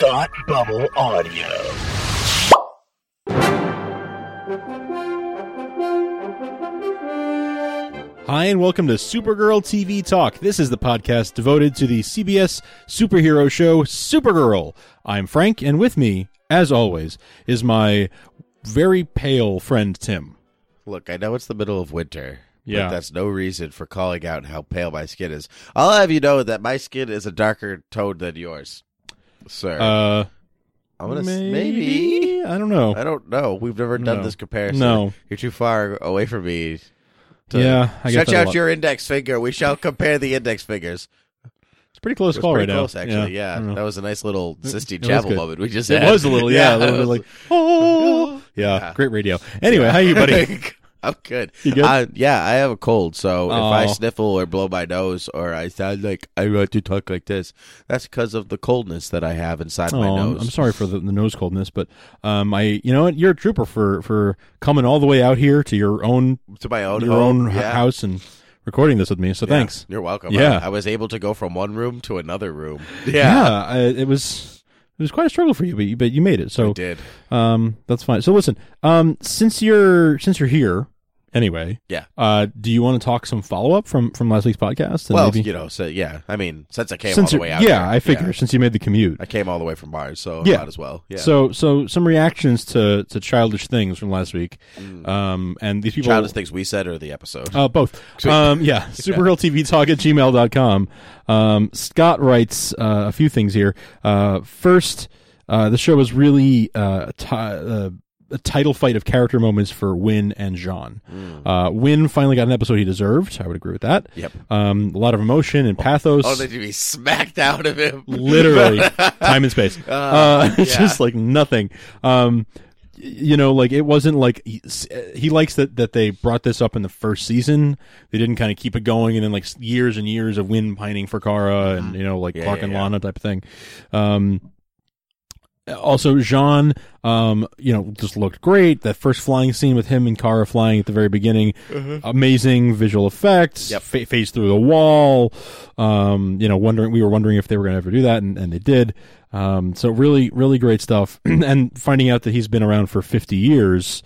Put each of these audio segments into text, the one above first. Thought Bubble Audio. Hi, and welcome to Supergirl TV Talk. This is the podcast devoted to the CBS superhero show Supergirl. I'm Frank, and with me, as always, is my very pale friend Tim. Look, I know it's the middle of winter. Yeah. But that's no reason for calling out how pale my skin is. I'll have you know that my skin is a darker tone than yours, sir. Uh, I'm gonna maybe. maybe maybe I don't know. I don't know. We've never done No. this comparison. No. you're too far away from me. Yeah, I guess stretch out that's your index finger. We shall compare the index fingers. it's a pretty close It was call pretty right close, now. actually. I Yeah, don't know. that was a nice little Sistine it was Chapel good. moment we just it had. was a little, yeah, a little it bit was- like oh, yeah, Yeah. great radio. Anyway, how you, buddy? I'm good. You good? Uh, yeah, I have a cold, so if I Oh. sniffle or blow my nose or I sound like I want to talk like this, that's because of the coldness that I have inside my Oh, I'm- nose. I'm sorry for the, the nose coldness, but um, I, you know what, you're a trooper for for coming all the way out here to your own to my own your home, own h- yeah. house and recording this with me. So Yeah, thanks. You're welcome. Yeah. I, I was able to go from one room to another room. I, it was it was quite a struggle for you, but you, but you made it. I So did. um, that's fine. So listen, um, since you're since you're here anyway, Yeah. Uh, do you want to talk some follow up from from last week's podcast? And Well, maybe- you know, so yeah. I mean, since I came since all you're- the way out, yeah, here, I figure since you made the commute. I came all the way from Mars, so Yeah. might as well. Yeah. So, so some reactions to, to childish things from last week, um, and these people Mm. Childish things we said or the episode. Uh, both. Um, yeah. SupergirlTVTalk at gmail.com. Um, Scott writes uh, a few things here. Uh, first, uh, the show was really uh, a ti uh, a title fight of character moments for Win and Jean. Mm. Uh, Win finally got an episode he deserved. I would agree with that. Hmm. Yep. Um, a lot of emotion and pathos. oh, did you be smacked out of him? literally time and space uh, it's yeah. just like nothing um y- you know like it wasn't like he, s- he likes that that they brought this up in the first season they didn't kind of keep it going and then like s- years and years of win pining for kara and you know like Mm-hmm. Yeah, clark yeah, and yeah. lana type of thing um also jean um you know just looked great that first flying scene with him and kara flying at the very beginning amazing visual effects Mm-hmm. Yep. fa- phase through the wall um you know wondering we were wondering if they were going to ever do that and, and they did um so really really great stuff and finding out that he's been around for 50 years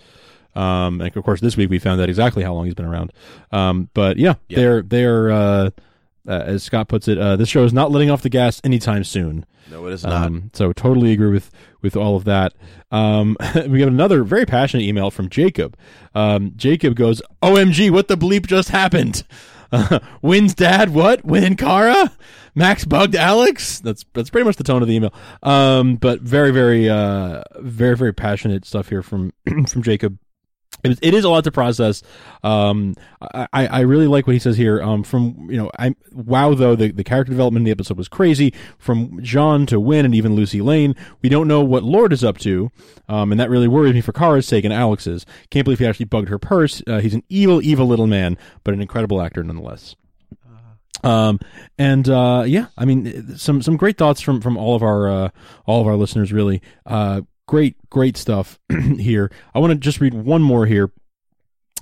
um and of course this week we found out exactly how long he's been around um but yeah Yeah. they're they're uh, uh as scott puts it uh this show is not letting off the gas anytime soon no, it is not. um, so totally agree with with all of that. Um, we got another very passionate email from Jacob. Um, Jacob goes, "OMG, what the bleep just happened? Uh, Win's dad? What? Win and Kara? Max bugged Alex? That's that's pretty much the tone of the email. Um, but very very uh, very very passionate stuff here from from Jacob." It is- it is a lot to process. Um, I, I I really like what he says here. Um, from you know, I wow though the, the character development in the episode was crazy. From Jean to Win and even Lucy Lane, we don't know what Lord is up to, um, and that really worries me for Kara's sake and Alex's. Can't believe he actually bugged her purse. Uh, he's an evil, evil little man, but an incredible actor nonetheless. Um, and uh, yeah, I mean, some some great thoughts from from all of our uh, all of our listeners. Really, uh, great great stuff here. I want to just read one more here.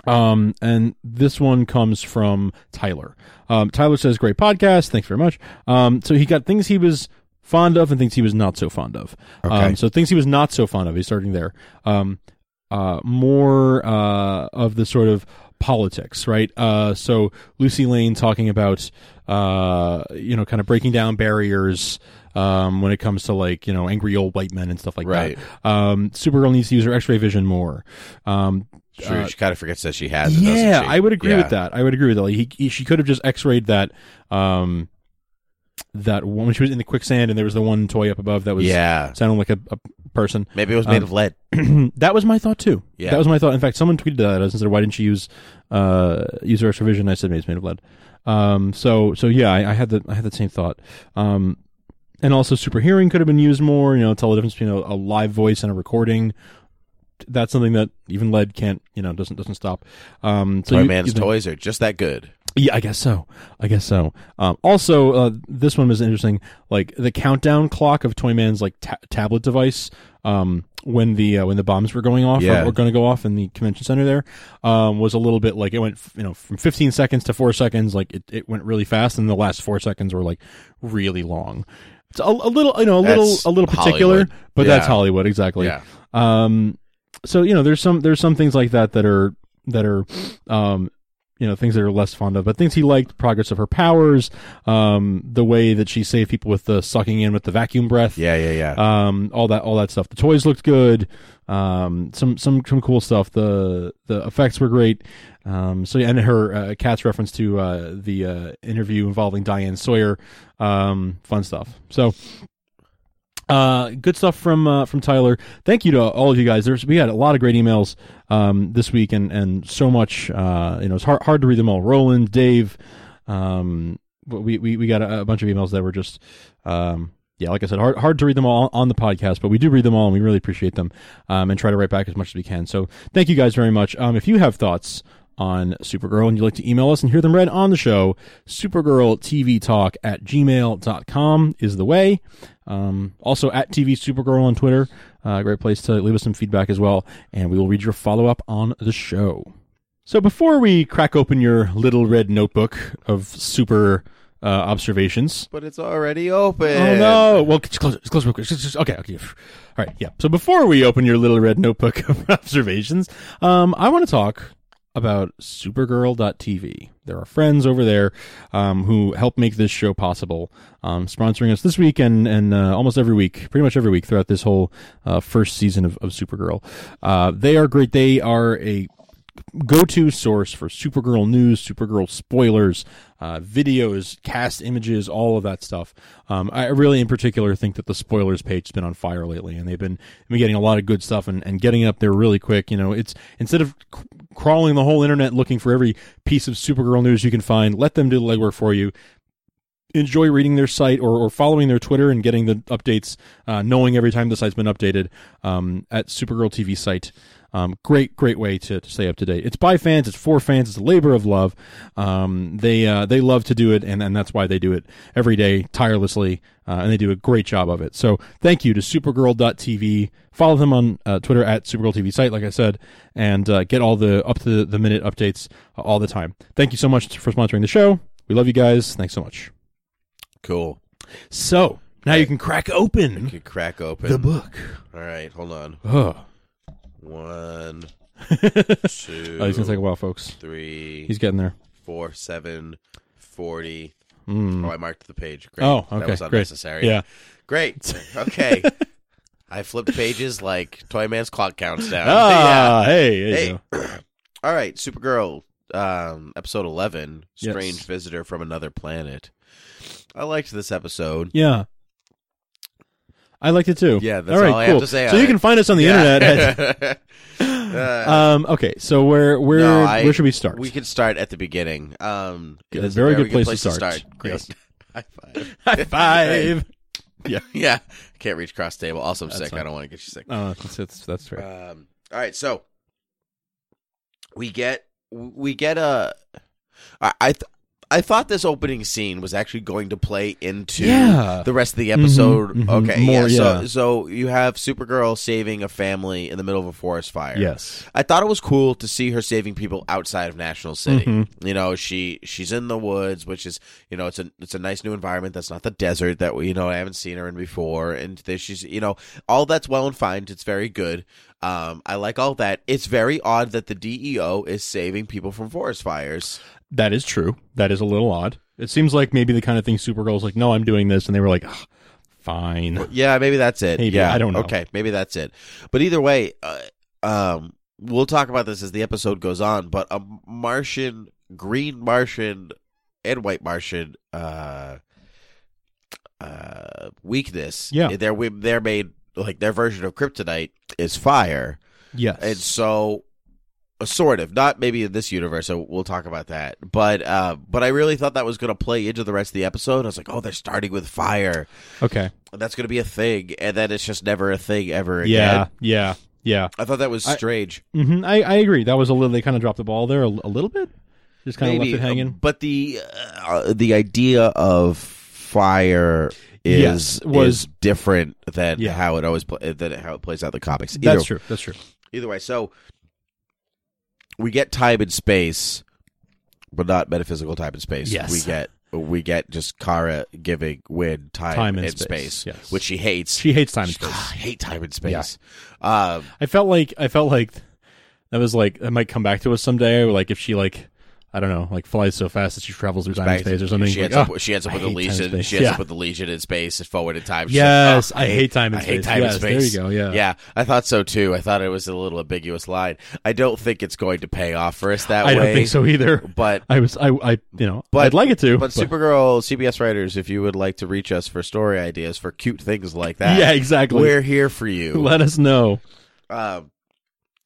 Um, and this one comes from Tyler. Um, Tyler says, "Great podcast, thanks very much." Um, so he got things he was fond of and things he was not so fond of. Um, so things he was not so fond of. He's starting there. Um, uh, more uh, of the sort of politics, right? Uh, so Lucy Lane talking about uh, you know kind of breaking down barriers um, when it comes to like you know angry old white men and stuff like Right. that. Um, Supergirl needs to use her X-ray vision more. Um, She, she kind of forgets that she has. It, yeah, doesn't she? I would agree Yeah. with that. I would agree with that. Like he, he- she could have just X-rayed that, um, that one when she was in the quicksand, and there was the one toy up above that was um, Yeah, sounding like a, a person. maybe it was made of lead. that was my thought too. Yeah. that was my thought. In fact, someone tweeted that at us and said, "Why didn't she use uh use her X-ray vision?" I said, "Maybe it's made of lead." Um, so so yeah, I, I had the I had the same thought. Um, and also super hearing could have been used more. You know, tell the difference between a, a live voice and a recording. That's something that even lead can't, you know, doesn't doesn't stop. Um, so Toy you- man's you think- toys are just that good. yeah, I guess so. I guess so. Um, also, uh, this one was interesting. Like the countdown clock of Toyman's like ta- tablet device. Um, when the uh, when the bombs were going off, Yeah. or were going to go off in the convention center, there um, was a little bit like it went, f- you know, from 15 seconds to four seconds. Like it, it went really fast, and the last four seconds were like really long. It's a, a little, you know, a little, That's a little particular, Hollywood. but that's Yeah. Hollywood exactly. Yeah. Um, so you know, there's some there's some things like that that are that are, um, you know, things that are less fond of, but things he liked: progress of her powers, um, the way that she saved people with the sucking in with the vacuum breath, Yeah, yeah, yeah. um, all that all that stuff. The toys looked good, um, some some some cool stuff. The the effects were great. Um, so yeah, and her uh, cat's reference to uh, the uh, interview involving Diane Sawyer, um, fun stuff. So. Uh, good stuff from uh, from Tyler. Thank you to all of you guys. There's we had a lot of great emails um, this week, and and so much. Uh, you know, it's hard hard to read them all. Roland, Dave, um, but we we, we got a, a bunch of emails that were just um, yeah, like I said, hard hard to read them all on the podcast, but we do read them all, and we really appreciate them, um, and try to write back as much as we can. So thank you guys very much. Um, if you have thoughts on Supergirl and you'd like to email us and hear them read on the show, supergirltvtalk at gmail.com is the way. Um, also at TV Supergirl on Twitter, uh, great place to leave us some feedback as well, and we will read your follow up on the show. So before we crack open your little red notebook of super uh, observations, but it's already open. Oh no! Well, just close it. Just close it real quick. Just- just- okay, okay. All right, yeah. So before we open your little red notebook of observations, um, I want to talk about Supergirl.tv. There are friends over there um, who help make this show possible, um, sponsoring us this week and and uh, almost every week, pretty much every week throughout this whole uh, first season of, of Supergirl. Uh, they are great. They are a go-to source for Supergirl news, Supergirl spoilers, uh, videos, cast images, all of that stuff. Um, I really, in particular, think that the spoilers page has been on fire lately, and they've been, been getting a lot of good stuff and, and getting it up there really quick. You know, it's instead of c- crawling the whole internet looking for every piece of Supergirl news you can find, let them do the legwork for you enjoy reading their site or, or following their Twitter and getting the updates, uh, knowing every time the site's been updated um, at Supergirl TV site. Um, great, great way to, to stay up to date. It's by fans, it's for fans, it's a labor of love. Um, they uh, they love to do it, and, and that's why they do it every day tirelessly, uh, and they do a great job of it. So thank you to Supergirl.tv. Follow them on uh, Twitter at Supergirl TV site, like I said, and uh, get all the up to the minute updates all the time. Thank you so much for sponsoring the show. We love you guys. Thanks so much. Cool. So now you can crack open You crack open. the book. All right, hold on. Ugh. One, two, Oh, he's gonna take a while, folks. three, He's getting there. four, seven, 40. Mm. Oh, I marked the page. Great. Oh, That okay, was great. unnecessary. Yeah. Great. Okay. I flipped pages like Toy Man's clock counts down. Ah, hey, there you Hey. go. All right, Supergirl, um, episode 11 Yes. Strange Visitor from Another Planet. I liked this episode. yeah. I liked it too. Yeah, that's all right, all I cool. have to say So on you it. can find us on the Yeah. internet. Uh, At, um, okay, so where where No, I- where should we start? We could start at the beginning. Um, it Good- is very good place to start. Great. Yes. High five. High five. yeah, can't reach cross table. Also, I'm That's sick. fine. I don't want to get you sick. Oh, that's that's, that's right. Um, all right, so we get we get a. I I, th- I thought this opening scene was actually going to play into yeah. the rest of the episode. Mhm, mhm. Okay, More, yeah. yeah. So so you have Supergirl saving a family in the middle of a forest fire. Yes. I thought it was cool to see her saving people outside of National City. Mhm. You know, she she's in the woods, which is you know it's a it's a nice new environment. That's not the desert that we you know I haven't seen her in before, and there she's you know all that's well and fine. It's very good. Um, I like all that. It's very odd that the DEO is saving people from forest fires. That is true. That is a little odd. It seems like maybe the kind of thing Supergirl's like, no, I'm doing this, and they were like, "Ugh, fine. Yeah, maybe that's it. Maybe, yeah, I don't know. Okay, maybe that's it. But either way, uh, um, we'll talk about this as the episode goes on. But a Martian, green Martian, and white Martian, uh, uh, weakness. Yeah. their wi- their made like their version of kryptonite is fire, Yes. and so. uh, Sort of, not maybe in this universe. So we'll talk about that. But uh, but I really thought that was going to play into the rest of the episode. I was like, oh, they're starting with fire okay. that's going to be a thing, and then it's just never a thing ever again. Yeah. Yeah. Yeah. I thought that was I- strange. hmm I, I agree. That was a little. They kind of dropped the ball there a, a little bit. Just kind of Maybe, left it uh, hanging. But the uh, the idea of fire is Yes, was- is different than Yeah. how it always pla than how it plays out in the comics. Either, That's true. That's true. Either way, so we get time and space, but not metaphysical time and space. Yes. we get we get just Kara giving Win time, Time and and, space, space, yes. which she hates. She hates time and She- space. I hate time and space. Um, I felt like I felt like that was like that might come back to us someday. or, Like if she like I don't know, like flies so fast that she travels through time and space or something. She like, ends, ah, up, she ends up I with the hate time and Legion. space. She ends Yeah. up with the Legion in space and forward in time. She's like, yes, "Ah, I hate time and I space. hate time yes, and space. There you go. Yeah. Yeah, I thought so too. I thought it was a little ambiguous line. I don't think it's going to pay off for us that I way. don't think so either. But I was I I you know But- I'd like it to. but Supergirl CBS writers, if you would like to reach us for story ideas for cute things like that, yeah, exactly. we're here for you. Let us know. Um,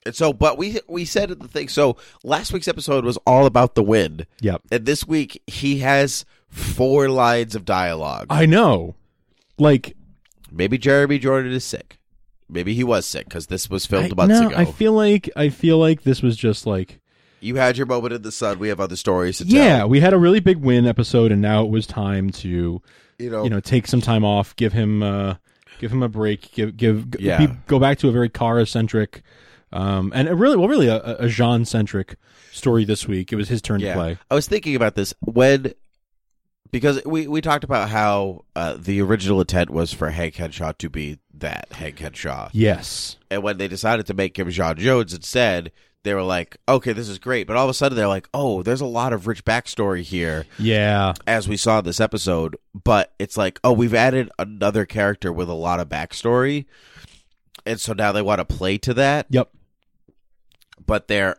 and so, but we we said the thing. So last week's episode was all about the wind, Yep. and this week he has four lines of dialogue. I know. Like Maybe Jeremy Jordan is sick. Maybe he was sick because this was filmed I, months no, ago. I feel like I feel like this was just like you had your moment in the sun. We have other stories to yeah, tell. we had a really big win episode, and now it was time to You know, you know take some time off give him uh give him a break give give Yeah. be- go back to a very car centric um and a really well really a, a jean centric story this week it was his turn Yeah. to play I was thinking about this when because we we talked about how uh, the original intent was for Hank Henshaw to be that Hank Henshaw, yes and when they decided to make him John Jones instead. They were like, okay, this is great. But all of a sudden, they're like, oh, there's a lot of rich backstory here, yeah as we saw in this episode. But it's like, oh, we've added another character with a lot of backstory. And so now they want to play to that yep but they're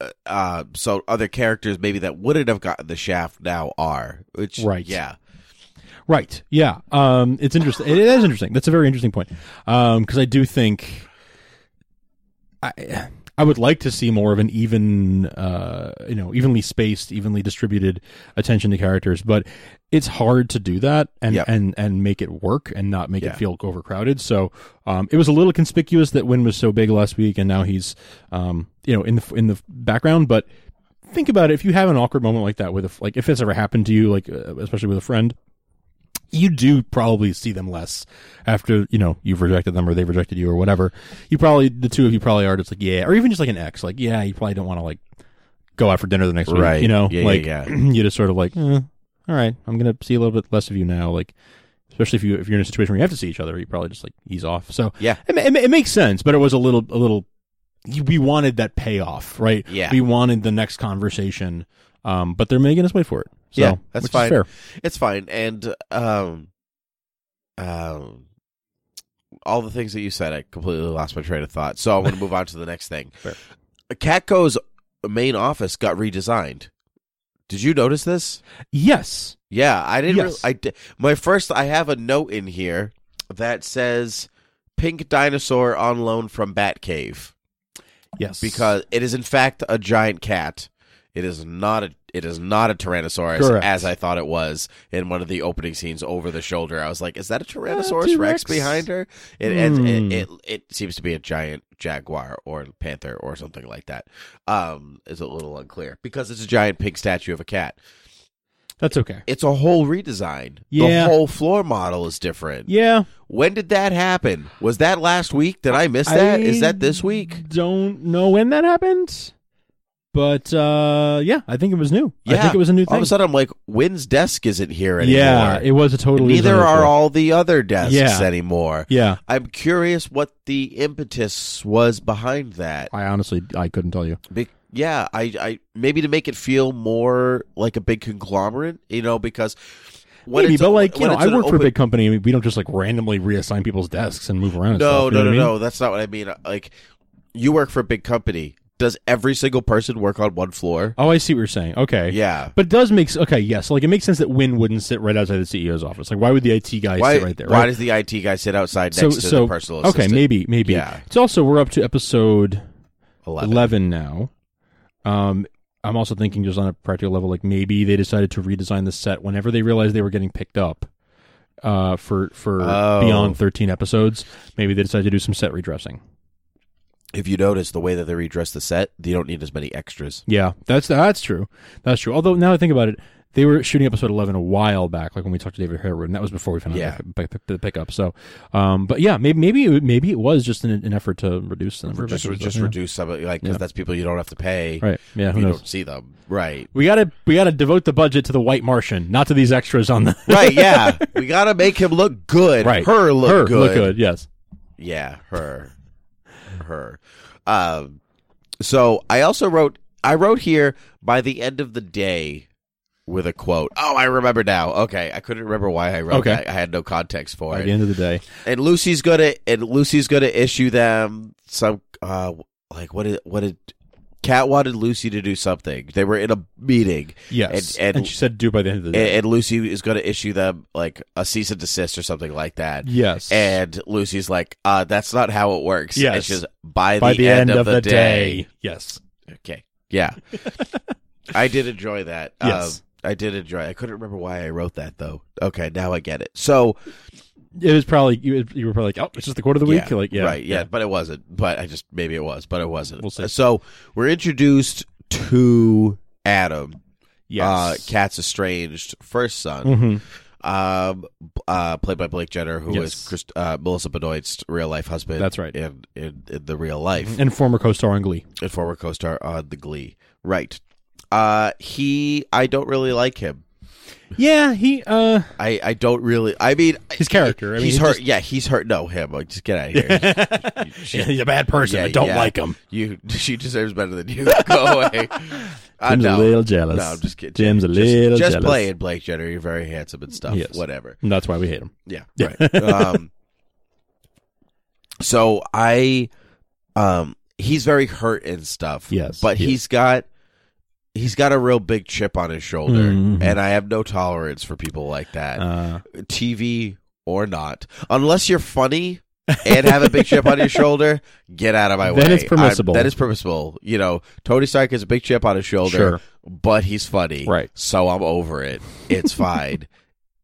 uh, uh so other characters maybe that wouldn't have gotten the shaft now are which Right. yeah right yeah um it's interesting it is interesting that's a very interesting point um because i do think i i would like to see more of an even uh you know evenly spaced evenly distributed attention to characters but it's hard to do that and Yep. and and make it work and not make Yeah. it feel overcrowded so um it was a little conspicuous that Wynn was so big last week and now he's um you know in the in the background but think about it if you have an awkward moment like that with a, like if it's ever happened to you like uh, especially with a friend you do probably see them less after you know you've rejected them or they've rejected you or whatever you probably the two of you probably are just like yeah or even just like an ex like yeah you probably don't want to like go out for dinner the next Right. week you know Yeah, yeah, like yeah. you just sort of like eh, all right i'm gonna see a little bit less of you now like especially if you if you're in a situation where you have to see each other you probably just like ease off so yeah it, ma- it, ma- it makes sense, but it was a little, a little. you- We wanted that payoff, right? Yeah. We wanted the next conversation, um, but they're making us wait for it. So, Yeah, that's which is fine. fair. it's fine and um um all the things that you said i completely lost my train of thought so i'm going to move on to the next thing Fair. catco's main office got redesigned did you notice this Yes, yeah i didn't Yes. really- i di- my first i have a note in here that says pink dinosaur on loan from batcave yes, because it is in fact a giant cat. It is not a it is not a tyrannosaurus Correct. as I thought it was in one of the opening scenes over the shoulder. I was like, is that a Uh, tyrannosaurus T-Rex? rex behind her? It, and Hmm. it, it it seems to be a giant jaguar or panther or something like that. Um is a little unclear because it's a giant pink statue of a cat. that's okay. It's a whole redesign. Yeah. The whole floor model is different. Yeah, When did that happen? Was that last week? Did I miss that? Is I that this week? Don't know when that happened, but uh, yeah, I think it was new. I Yeah. think it was a new All thing. of a sudden, I'm like, Wynn's desk isn't here anymore. yeah, it was a totally neither different are thing. all the other desks Yeah. anymore. Yeah, I'm curious what the impetus was behind that. I honestly I couldn't tell you. Be- yeah, I, I maybe to make it feel more like a big conglomerate, you know, because when Maybe, it's but like you when know, it's I an work for a open- big company. and we don't just like randomly reassign people's desks and move around. and No, stuff, you no, know no, what I mean? no. That's not what I mean. Like, you work for a big company. Does every single person work on one floor? Oh, I see what you're saying. Okay, Yeah. But it does make okay, yes. Like it makes sense that Wynn wouldn't sit right outside the CEO's office. Like why would the IT guy Why, sit right there? why right? does the IT guy sit outside next to the personal okay, assistant? maybe maybe. Yeah. It's also we're up to episode 11. eleven, now. Um, I'm also thinking just on a practical level, like maybe they decided to redesign the set whenever they realized they were getting picked up. Uh, for for Oh. beyond 13 episodes, maybe they decided to do some set redressing. if you notice the way that they redress the set, you don't need as many extras. Yeah, that's that's true. That's true. Although now I think about it, they were shooting episode 11 a while back, like when we talked to David Herwood, and that was before we found Yeah. out the, pick- the pickup. So, um, but yeah, maybe maybe it, maybe it was just an, an effort to reduce the number just of episodes, just yeah. reduce some of like because Yeah. that's people you don't have to pay. Right? Yeah. if Who you knows? don't see them. Right. We gotta we gotta devote the budget to the White Martian, not to these extras on the Right. Yeah. we gotta make him look good. right. Her look Her good. Look good. Yes. Yeah. Her. her. Um. So I also wrote. I wrote here by the end of the day with a quote. Oh, I remember now. Okay, I couldn't remember why I wrote Okay. that. I had no context for By it. the end of the day, and Lucy's gonna and Lucy's gonna issue them some uh like what did what did Cat wanted Lucy to do something. They were in a meeting, yes. And, And- and- she said, "Do it by the end of the and, day." and Lucy is gonna issue them like a cease and desist or something like that. yes. And Lucy's like, uh, that's not how it works. Yes. It's just by, by the, end, of, the day. Yes. Okay. Yeah. I did enjoy that. Yes. Um, I did enjoy it. I couldn't remember why I wrote that though. Okay, now I get it. So It was probably you, you were probably like, "Oh, it's just the quote of the week." Like, yeah, right, yeah, but it wasn't. But I just maybe it was, but it wasn't. We'll see. So we're introduced to Adam, Yes. uh, Cat's estranged first son, Mhm. um, b- uh, played by Blake Jenner, who is Yes. Christ- uh, Melissa Benoist's real life husband. That's right. in in, in the real life, And former co-star on Glee. and former co-star on The Glee. Right. Uh, he, I don't really like him. Yeah, he. uh I, I don't really. I mean, His character. I mean, he's he hurt. just- Yeah, he's hurt. No, him. Like, just get out of here. yeah, he's a bad person. Yeah, I don't yeah. like him. You, she deserves better than you. Go away. I Jim's know. a little jealous. No, I'm just kidding. Jim's a Just- little Just jealous. playing Blake Jenner. You're very handsome and stuff. Yes. Whatever. And that's why we hate him. Yeah. Yeah. Right. um, so I, um, he's very hurt and stuff. Yes, But he he's got. He's got a real big chip on his shoulder, Mhm. and I have no tolerance for people like that, Uh, TV or not. Unless you're funny and have a big chip on your shoulder, get out of my way. Then it's permissible. I'm- that is permissible. You know, Tony Stark has a big chip on his shoulder, sure. but he's funny. Right. So I'm over it. It's fine.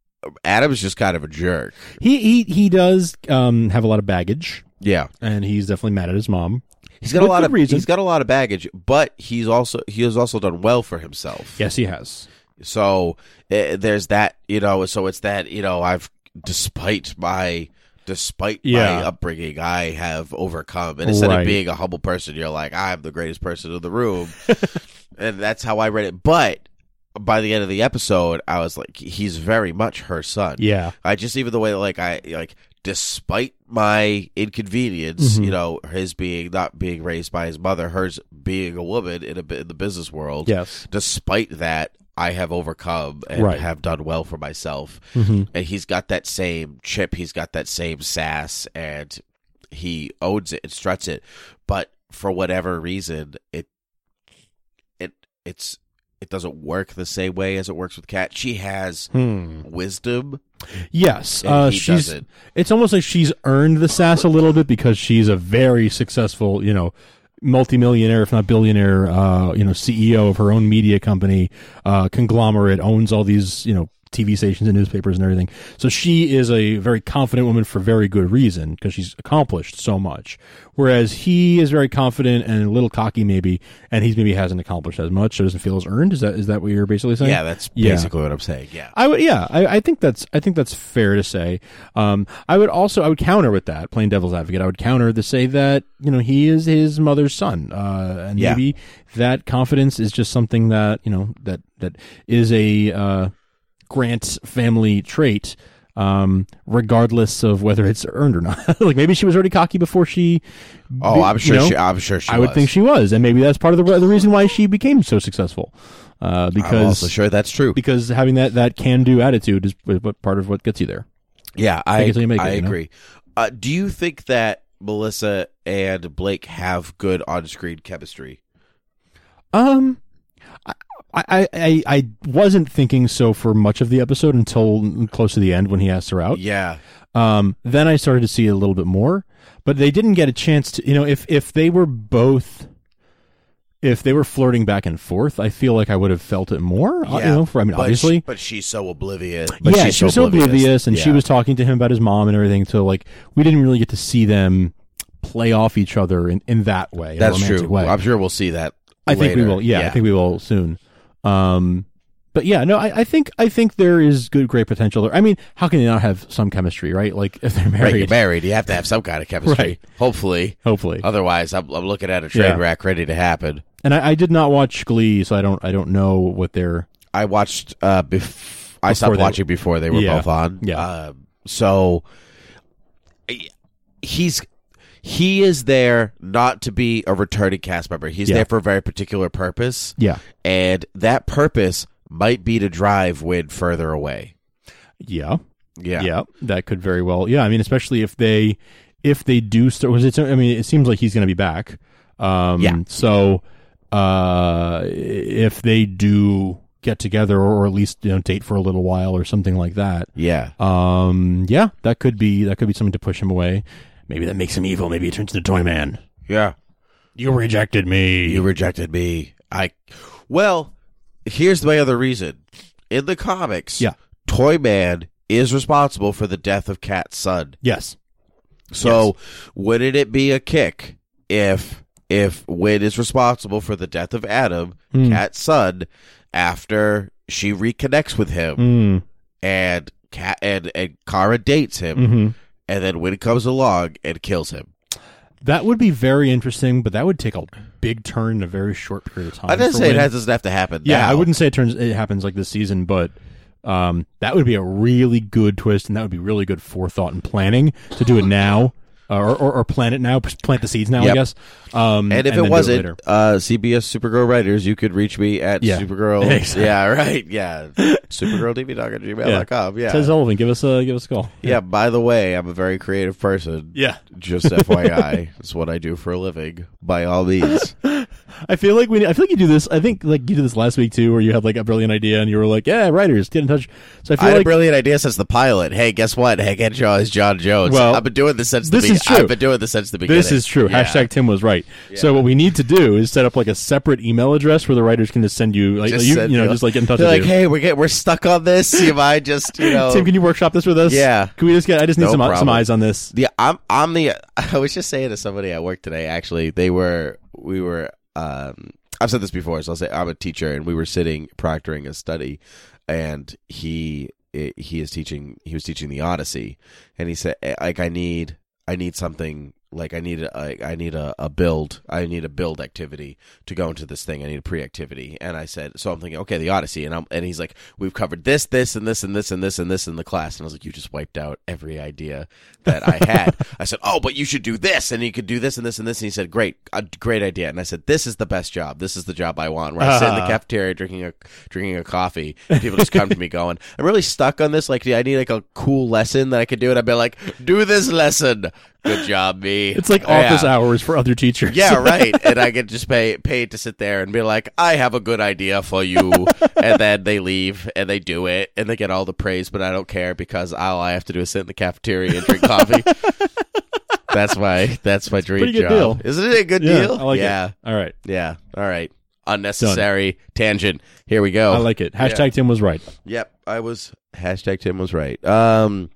Adam's just kind of a jerk. He he he does um have a lot of baggage, Yeah. and he's definitely mad at his mom. He's got With a lot good of reason. he's got a lot of baggage, but he's also he has also done well for himself. Yes, he has. So uh, there's that, you know. So it's that, you know. I've despite my despite Yeah. my upbringing, I have overcome. And instead Right. of being a humble person, you're like, I'm the greatest person in the room, and that's how I read it. But by the end of the episode, I was like, he's very much her son. Yeah. I just even the way like I like despite my inconvenience, Mhm. you know, his being not being raised by his mother, hers being a woman in, a, bu- in the business world. Yes. Despite that, I have overcome and Right. have done well for myself. Mm-hmm. And he's got that same chip, he's got that same sass, and he owns it and struts it. But for whatever reason, it it it's it doesn't work the same way as it works with Kat. She has Hmm. wisdom Yes, and uh, he she's. doesn't. It's almost like she's earned the sass a little bit because she's a very successful, you know, multimillionaire, if not billionaire, uh, you know, CEO of her own media company, uh, conglomerate, owns all these, you know, TV stations and newspapers and everything. So she is a very confident woman for very good reason because she's accomplished so much. Whereas he is very confident and a little cocky maybe, and he maybe hasn't accomplished as much, so doesn't feel as earned. Is that is that what you're basically saying? Yeah, that's Yeah. Uh, basically what I'm saying. Yeah. I would, yeah, I, I think that's, I think that's fair to say. Um, I would also, I would counter with that, playing devil's advocate. I would counter to say that you know he is his mother's son, uh, and Yeah. maybe that confidence is just something that you know that that is a uh, Grant family trait, um, regardless of whether it's earned or not. like maybe she was already cocky before she. Oh, I'm you sure. know, she, I'm sure she. I would was. think she was, and maybe that's part of the, the reason why she became so successful. Uh, I'm because also sure that's true. because having that that can do attitude is what- what part of what gets you there. Yeah, Fake I it till you make it, I you know? agree. Uh, do you think that Melissa and Blake have good on-screen chemistry? Um, I I I, I wasn't thinking so for much of the episode until close to the end when he asked her out. Yeah, Um, then I started to see a little bit more, but they didn't get a chance to. You know, if if they were both. If they were flirting back and forth, I feel like I would have felt it more. uh, You Yeah, know, for, I mean, but obviously, she- but she's so oblivious. But yeah, she's she was so oblivious, and she Yeah. was talking to him about his mom and everything. So like, we didn't really get to see them play off each other in, in that way. in a That's romantic true. Way. I'm sure we'll see that. I think we later. will. Yeah, I think we will soon. Um, but yeah, no, I, I think I think there is good, great potential there. I mean, how can they not have some chemistry, right? Uh, Like if they're Right, married, you're married. You have to have some kind of chemistry. Right. Hopefully. hopefully. Otherwise, I'm, I'm looking at a train Yeah. wreck ready to happen. and I, I did not watch Glee, so I don't I don't know what they're I watched. Uh, bef- I stopped Before they- watching before they were Yeah. both on. Yeah. Um, so I- he's he is there not to be a returning cast member. He's Yeah. there for a very particular purpose. yeah and that purpose might be to drive Wid further away. yeah Yeah. yeah that could very well yeah I mean especially if they if they do start was it I mean it seems like he's going to be back um Yeah. so uh if they do get together or at least you know date for a little while or something like that Yeah. Um, yeah, that could be that could be something to push him away. Maybe that makes him evil. Maybe he turns into Toy Man. Yeah. You rejected me. You rejected me. I Well, here's my other reason. In the comics, Yeah. Toyman is responsible for the death of Cat's son. yes. So wouldn't it be a kick if if Wid is responsible for the death of Adam, Hmm. Cat's son, after she reconnects with him Mm, and Cat and, and Kara dates him hmm and then Wid comes along and kills him. That would be very interesting, but that would take a big turn in a very short period of time. I didn't for say it Wynn. has, doesn't have to happen. Yeah, now. I wouldn't say it turns. It happens like this season, but um, that would be a really good twist, and that would be really good forethought and planning to do it now, uh, or, or or plan it now, plant the seeds now. I Yep. guess. Um, And if then do later. it wasn't uh, CBS Supergirl writers, you could reach me at Yeah. Supergirl. Exactly. Yeah, right. Yeah, SupergirlDVDog at gmail.com. oh, Yeah, says Sullivan, give us a give us a call. yeah. By the way, I'm a very creative person. yeah. Just FYI, it's what I do for a living. By all means, I feel like we. I feel like you do this. I think like you did this last week too, where you had like a brilliant idea and you were like, "Yeah, writers, get in touch." So I I feel had a like brilliant idea since the pilot. Hey, guess what? Hank Henshaw is John Jones. Well, I've been doing this since this the be- is true. I've been doing this since the beginning. this is true. Yeah. Hashtag Tim was right. So what we need to do is set up like a separate email address where the writers can just send you, like Just you, send you know, you- just like get in touch They're with like, you. hey, we're get, we're stuck on this. You mind just you know? Tim, can you workshop this with us? Yeah. Can we just get? I just need No some some problem. eyes on this. Yeah, I'm I'm the I was just saying to somebody at work today actually they were we were um I've said this before so I'll say I'm a teacher and we were sitting proctoring a study and he he is teaching he was teaching the Odyssey and he said "Eh, like I need I need something like I need a, I, I need a, a build I need a build activity to go into this thing I need a pre activity and I said so I'm thinking okay the Odyssey and I'm and he's like we've covered this this and this and this and this and this in the class and I was like you just wiped out every idea that I had I said oh but you should do this and you could do this and this and this and he said great a great idea and I said this is the best job this is the job I want where I sit in the Ah. cafeteria drinking a drinking a coffee and people just come to me going I'm really stuck on this like I need like a cool lesson that I could do and I'd be like do this lesson good job me It's like Oh, Yeah. office hours for other teachers. Yeah, right. and I get just pay paid to sit there and be like, I have a good idea for you. and then they leave and they do it and they get all the praise, but I don't care because all I have to do is sit in the cafeteria and drink coffee. that's my that's my dream pretty good job. deal. Isn't it a good Yeah, deal? I like it. yeah. All right. Yeah. All right. Unnecessary tangent. Here we go. I like it. Hashtag Tim was right. Yep, I was hashtag Tim was right. Um,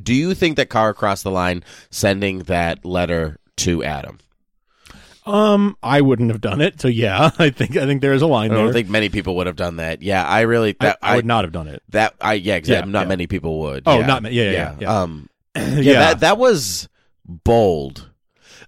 do you think that Kara crossed the line sending that letter to Adam? Um, I wouldn't have done it. So yeah, I think I think there is a line I there. don't think many people would have done that. Yeah, I really I, that I I, would not have done it. that I yeah exactly. Yeah, not yeah. many people would. Oh, yeah. not ma- yeah, yeah, yeah, yeah. Um, yeah, that that was bold,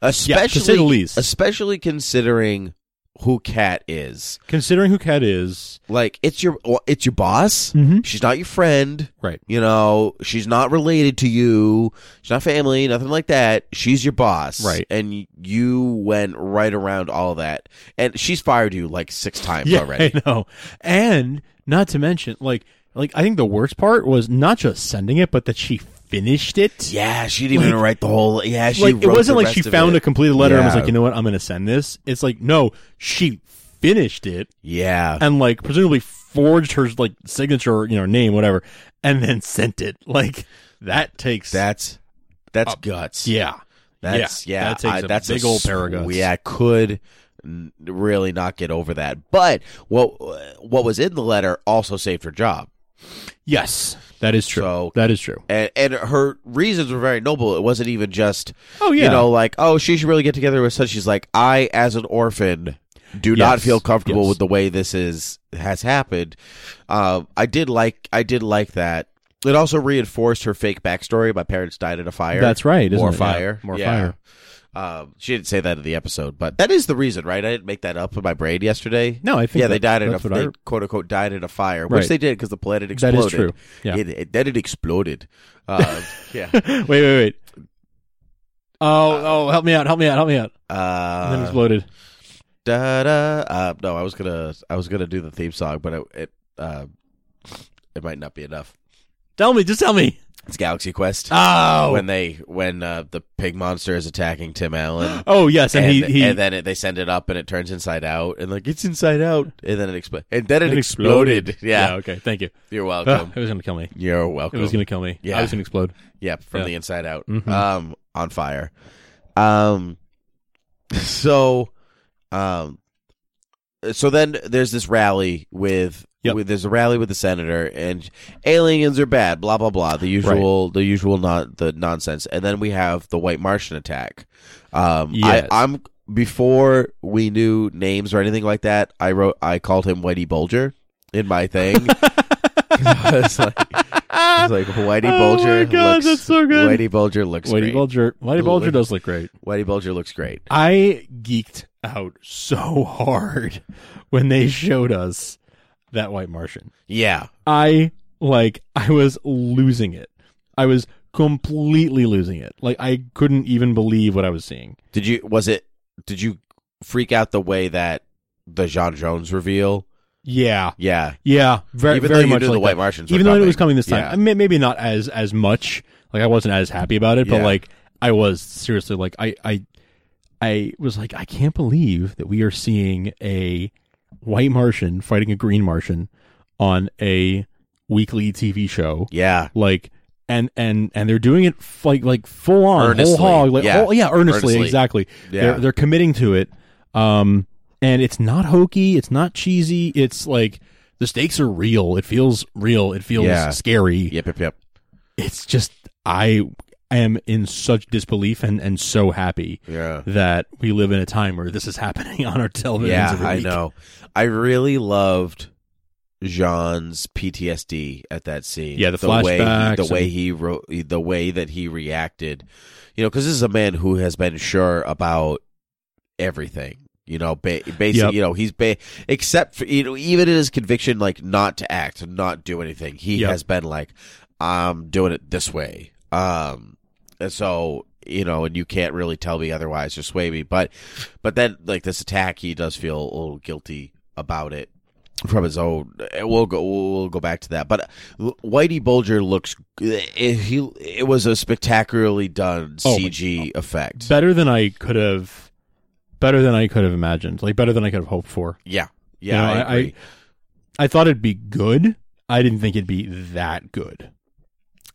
especially say the least. especially considering who Kat is. considering who Kat is, Like it's your well, it's your boss. Mhm. She's not your friend. right? You know, she's not related to you. She's not family, nothing like that. She's your boss. Right. And you went right around all that. And she's fired you like six times Yeah, already. I know. And not to mention, like, like I think the worst part was not just sending it, but that she finished it. Yeah, she didn't even write the whole. Yeah, she. like it wrote wasn't the like she rest of found it. a completed letter and was Yeah. like, you know what, I'm going to send this. It's like, no, she finished it Yeah, and like presumably forged her like signature, you know, name, whatever, and then sent it. Like that takes that's that's guts. yeah, that's yeah. that takes I- a that's big old s- pair of guts. Yeah, I could n- really not get over that. But what what was in the letter also saved her job. yes, that is true. So- that is true. and and her reasons were very noble. It wasn't even just Oh yeah, you know like oh she should really get together with such. She's like I as an orphan do not Yes. feel comfortable Yes. with the way this is has happened. Uh, I did like I did like that. It also reinforced her fake backstory. My parents died in a fire. That's right. Isn't more it? Yeah, fire. more Yeah. fire. Um, she didn't say that in the episode, but that is the reason, right? I didn't make that up in my brain yesterday. No, I think yeah, they that- died in a that's what I- they, quote unquote died in a fire, Right. which they did because the planet That exploded. is true. Yeah. It, it, then it exploded. Uh, yeah. wait, wait, wait. Oh, oh, help me out! Help me out! Help me out! And then Uh, exploded. da da. Uh, no, I was gonna I was gonna do the theme song, but it it, uh, it might not be enough. Tell me, just tell me. It's Galaxy Quest. Oh, When they when uh, the pig monster is attacking Tim Allen. oh, yes, and, he, he and then it, they send it up, and it turns inside out, and like it's inside out, and then it explodes, and then it, it exploded. Yeah, okay, thank you. you're Oh, welcome. it was gonna kill me. You're It welcome. was gonna kill me. Yeah. I was gonna explode. Yep, from Yeah. the inside out. Mhm. Um, on fire. Um, so, um, so then there's this rally with. Yep. With, there's a rally with the senator and aliens are bad, blah blah blah. The usual, the usual, not the nonsense. And then we have the White Martian attack. Um, Yes. I, I'm before we knew names or anything like that. I wrote, I called him Whitey Bulger in my thing. 'Cause I was like, I was like Whitey Oh my Bulger. God, looks, that's so good. Whitey Bulger looks Whitey great. Bulger. Whitey Ooh, Bulger wait. does look great. Whitey Bulger looks great. I geeked out so hard when they showed us that White Martian. Yeah, I like I was losing it. I was completely losing it. Like I couldn't even believe what I was seeing. Did you was it did you freak out the way that the John Jones reveal? Yeah, Yeah. yeah, very Even very though you much knew like the White that. Martians were Even though it was coming this time, Yeah. I may, maybe not as as much. Like I wasn't as happy about it, but Yeah. like I was seriously like I I I was like I can't believe that we are seeing a white Martian fighting a green Martian on a weekly TV show. Yeah. like and and and they're doing it f- like like full on Earnestly. whole hog like Yeah. whole- yeah earnestly, Earnestly. exactly Yeah. they're they're committing to it um and it's not hokey it's not cheesy it's like the stakes are real it feels real it feels Yeah. scary Yep, yep, yep. it's just i am in such disbelief and and so happy Yeah. that we live in a time where this is happening on our television Yeah, I know. I really loved Jean's PTSD at that scene. Yeah, the way flashbacks he, the and- way he wrote, the way that he reacted. You know, because this is a man who has been sure about everything. You know, ba- basically, Yep. you know, he's ba- except for you know, even in his conviction, like not to act, not do anything. He Yep. has been like, I'm doing it this way. Um, and so you know, and you can't really tell me otherwise or sway me. But but then like this attack, he does feel a little guilty about it from his own. We'll go we'll go back to that. But uh, Whitey Bulger looks it, he it was a spectacularly done Oh my CG effect. better than i could have better than i could have imagined like better than i could have hoped for yeah. You Yeah, know, I I- I- agree. I thought it'd be good. I didn't think it'd be that good.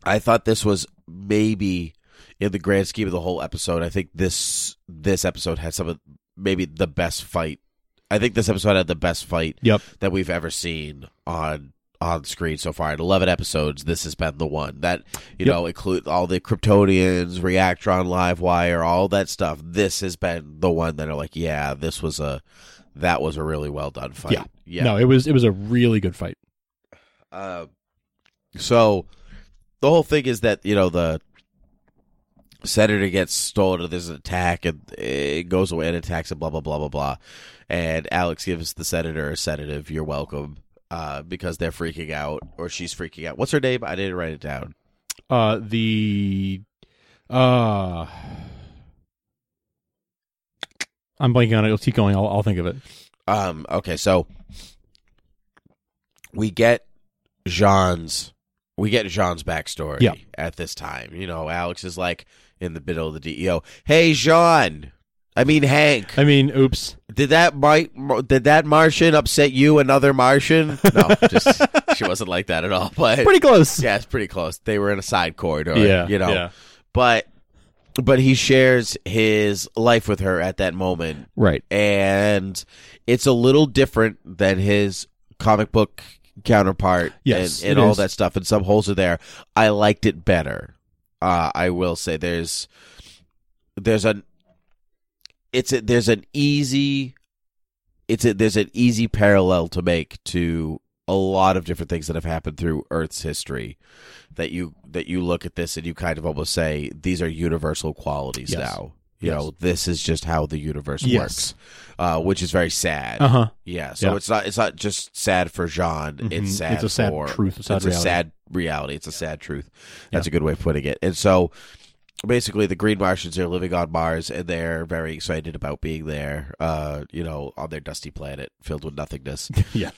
I thought this was maybe in the grand scheme of the whole episode. I think this this episode had some of maybe the best fight. I think this episode had the best fight Yep. that we've ever seen on on screen so far. In eleven episodes, this has been the one that Yep. you know include all the Kryptonians, Reactron, Livewire, all that stuff. This has been the one that are like, yeah, this was a that was a really well done fight. Yeah. No, it was it was a really good fight. Uh, so the whole thing is that you know the senator gets stolen and there's an attack and it goes away and attacks and blah blah blah blah blah and alex gives the senator a sedative you're welcome uh, because they're freaking out or she's freaking out what's her name i didn't write it down Uh the uh I'm blanking on it. It'll keep going. I'll, I'll think of it. um okay so we get jean's we get jean's backstory Yeah. at this time you know alex is like in the middle of the deo hey jean i mean hank I mean, oops. Did that Mike? Did that Martian upset you? Another Martian? No, just she wasn't like that at all. But Pretty close. yeah, it's pretty close. They were in a side corridor. yeah. you know. yeah. But but he shares his life with her at that moment, Right. and it's a little different than his comic book counterpart. Yes, and, and it all is. that stuff. And some holes are there. I liked it better. Uh, I will say there's there's an it's a, there's an easy it's a, there's an easy parallel to make to a lot of different things that have happened through Earth's history that you that you look at this and you kind of almost say these are universal qualities Yes. now. You Yes. know, this is just how the universe Yes. works, uh, which is very sad. Uh huh. Yeah, so Yeah. it's not it's not just sad for Jean. Mhm. It's It's sad. a sad for, truth, a sad it's a reality. sad reality. It's a sad truth. That's a good way of putting it. And so, basically, the Green Martians are living on Mars, and they're very excited about being there. Uh, you know, on their dusty planet filled with nothingness. Yeah.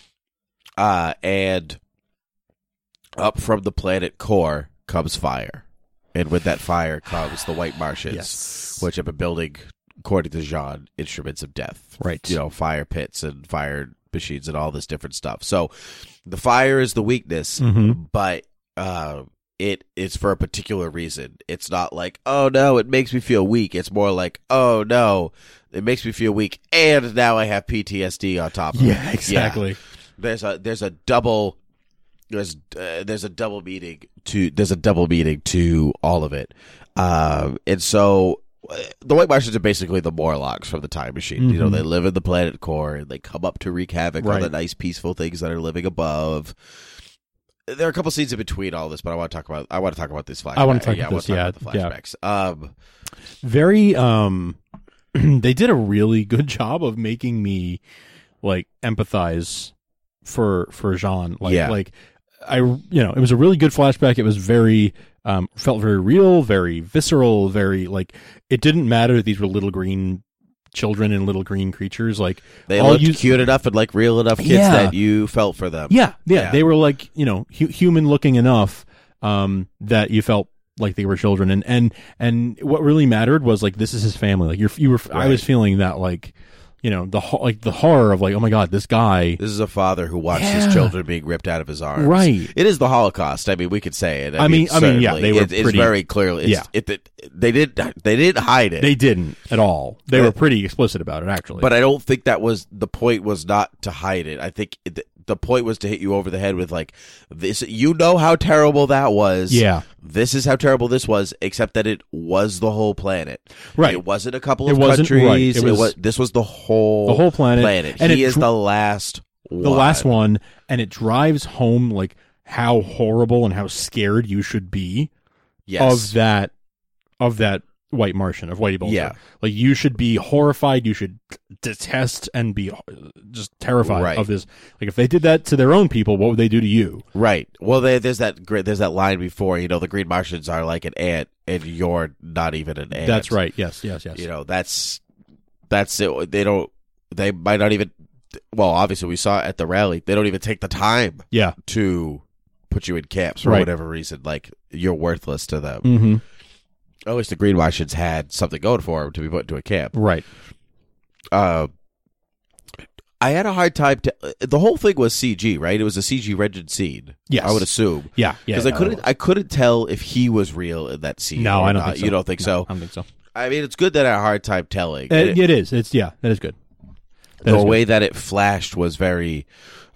Uh, and up from the planet core comes fire, and with that fire comes the White Martians, which have been building, according to Jean, instruments of death right. you know fire pits and fire machines and all this different stuff so the fire is the weakness Mhm. but uh it is for a particular reason it's not like oh no it makes me feel weak it's more like oh no it makes me feel weak and now i have ptsd on top of it Yeah. Exactly. there's a there's a double there's uh, there's a double meaning to there's a double meaning to all of it um and so uh, the white martians are basically the morlocks from the time machine you know Mhm. they live in the planet core and they come up to wreak havoc on the Right. nice peaceful things that are living above there are a couple scenes in between all this but i want to talk about i want to talk about this flashback I wanna talk yeah, about this, I want to talk yeah, about the flashbacks um Very. Um, they did a really good job of making me like empathize for for Jean. Like, Yeah. Like I, you know, it was a really good flashback. It was very. Um, felt very real, very visceral, very like it didn't matter that these were little green children and little green creatures. Like they all looked you- cute enough and like real enough kids Yeah. that you felt for them Yeah, yeah, Yeah. they were like you know hu- human looking enough um, that you felt like they were children, and and and what really mattered was like this is his family. Like you're, you were, I was Right. feeling that like you know the ho- like the horror of like oh my god this guy This is a father who watched Yeah. his children being ripped out of his arms. Right. It is the Holocaust. I mean, we could say it. I mean- I mean, yeah, certainly. they were It- It's pretty- very clearly. It's, yeah. It, it- they did. They didn't hide it. they didn't at all. They Uh, were pretty explicit about it actually. but I don't think that was the point. Was not to hide it. I think it, the point was to hit you over the head with like this. You know how terrible that was. yeah, This is how terrible this was. Except that it was the whole planet. Right. It wasn't a couple It of wasn't- countries. right. It It was- was. This was the whole the whole planet, planet. and he it is dr- the last. the last one, and it drives home like how horrible and how scared you should be Yes. of that of that white Martian of Whitey Bulger. Yeah. like you should be horrified. You should detest and be uh, just terrified Right. of this. Like if they did that to their own people, what would they do to you? Right. Well, there, there's that gr- there's that line before. You know, the Green Martians are like an ant, and you're not even an ant. That's right. Yes, yes, yes. You know, that's that's it. They don't. They might not even. Well, obviously, we saw at the rally. They don't even take the time Yeah. to put you in camps for Right. whatever reason. Like you're worthless to them. Mm-hmm. At least the Green Martians had something going for them to be put into a camp. Right. uh, I had a hard time. To, the whole thing was CG, right? It was a CG rendered scene. Yes. I would assume. Yeah. Yeah. because I couldn't I couldn't tell if he was real in that scene. No, or I don't not. think so. You don't think No, so? I don't think so. I mean, it's good that I had a hard time telling. It, It- it is. It's yeah. That is good. That the is good. way that it flashed was very,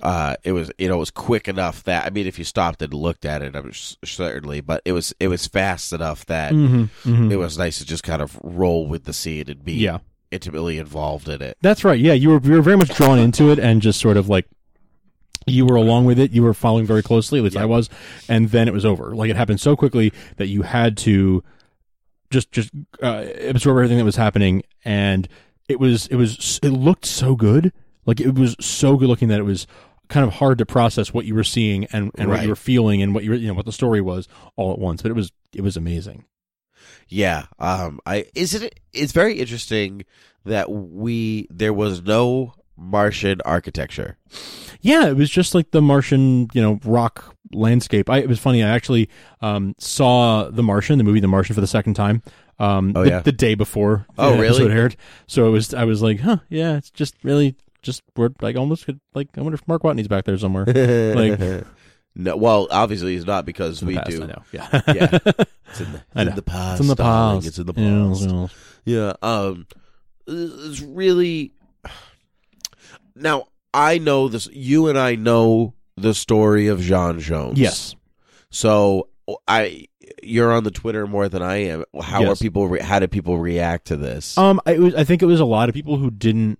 uh, it was you know it was quick enough that I mean if you stopped and looked at it, I'm s- certainly, but it was it was fast enough that Mhm, mhm. it was nice to just kind of roll with the scene and be Yeah. intimately involved in it. That's right. Yeah, you were you were very much drawn into it and just sort of like you were along with it. You were following very closely, at least I was. And then it was over. Like it happened so quickly that you had to just just uh, absorb everything that was happening. And it was it was it looked so good. Like it was so good looking that it was kind of hard to process what you were seeing and, and what Right. you were feeling and what you were, you know what the story was all at once. But it was it was amazing. Yeah. Um. I is it. It's very interesting that we there was no Martian architecture. Yeah, it was just like the Martian, you know, rock landscape. I, it was funny. I actually um, saw The Martian, the movie The Martian, for the second time. Um, Oh, the, yeah. the day before. Oh, the really? episode aired. So it was. I was like, huh, yeah, it's just really just we're like almost could, like I wonder if Mark Watney's back there somewhere. Like- no, well, obviously he's not because In the we past, do. I know. Yeah, Yeah, it's in the, I it's know. in the past. it's in the darling, past. It's in the You know, past. so- Yeah. Um. It's really. Now I know this. You and I know the story of Jean Jones. Yes. So I, you're on the Twitter more than I am. How Yes. are people? Re- how do people react to this? Um, I was. I think it was a lot of people who didn't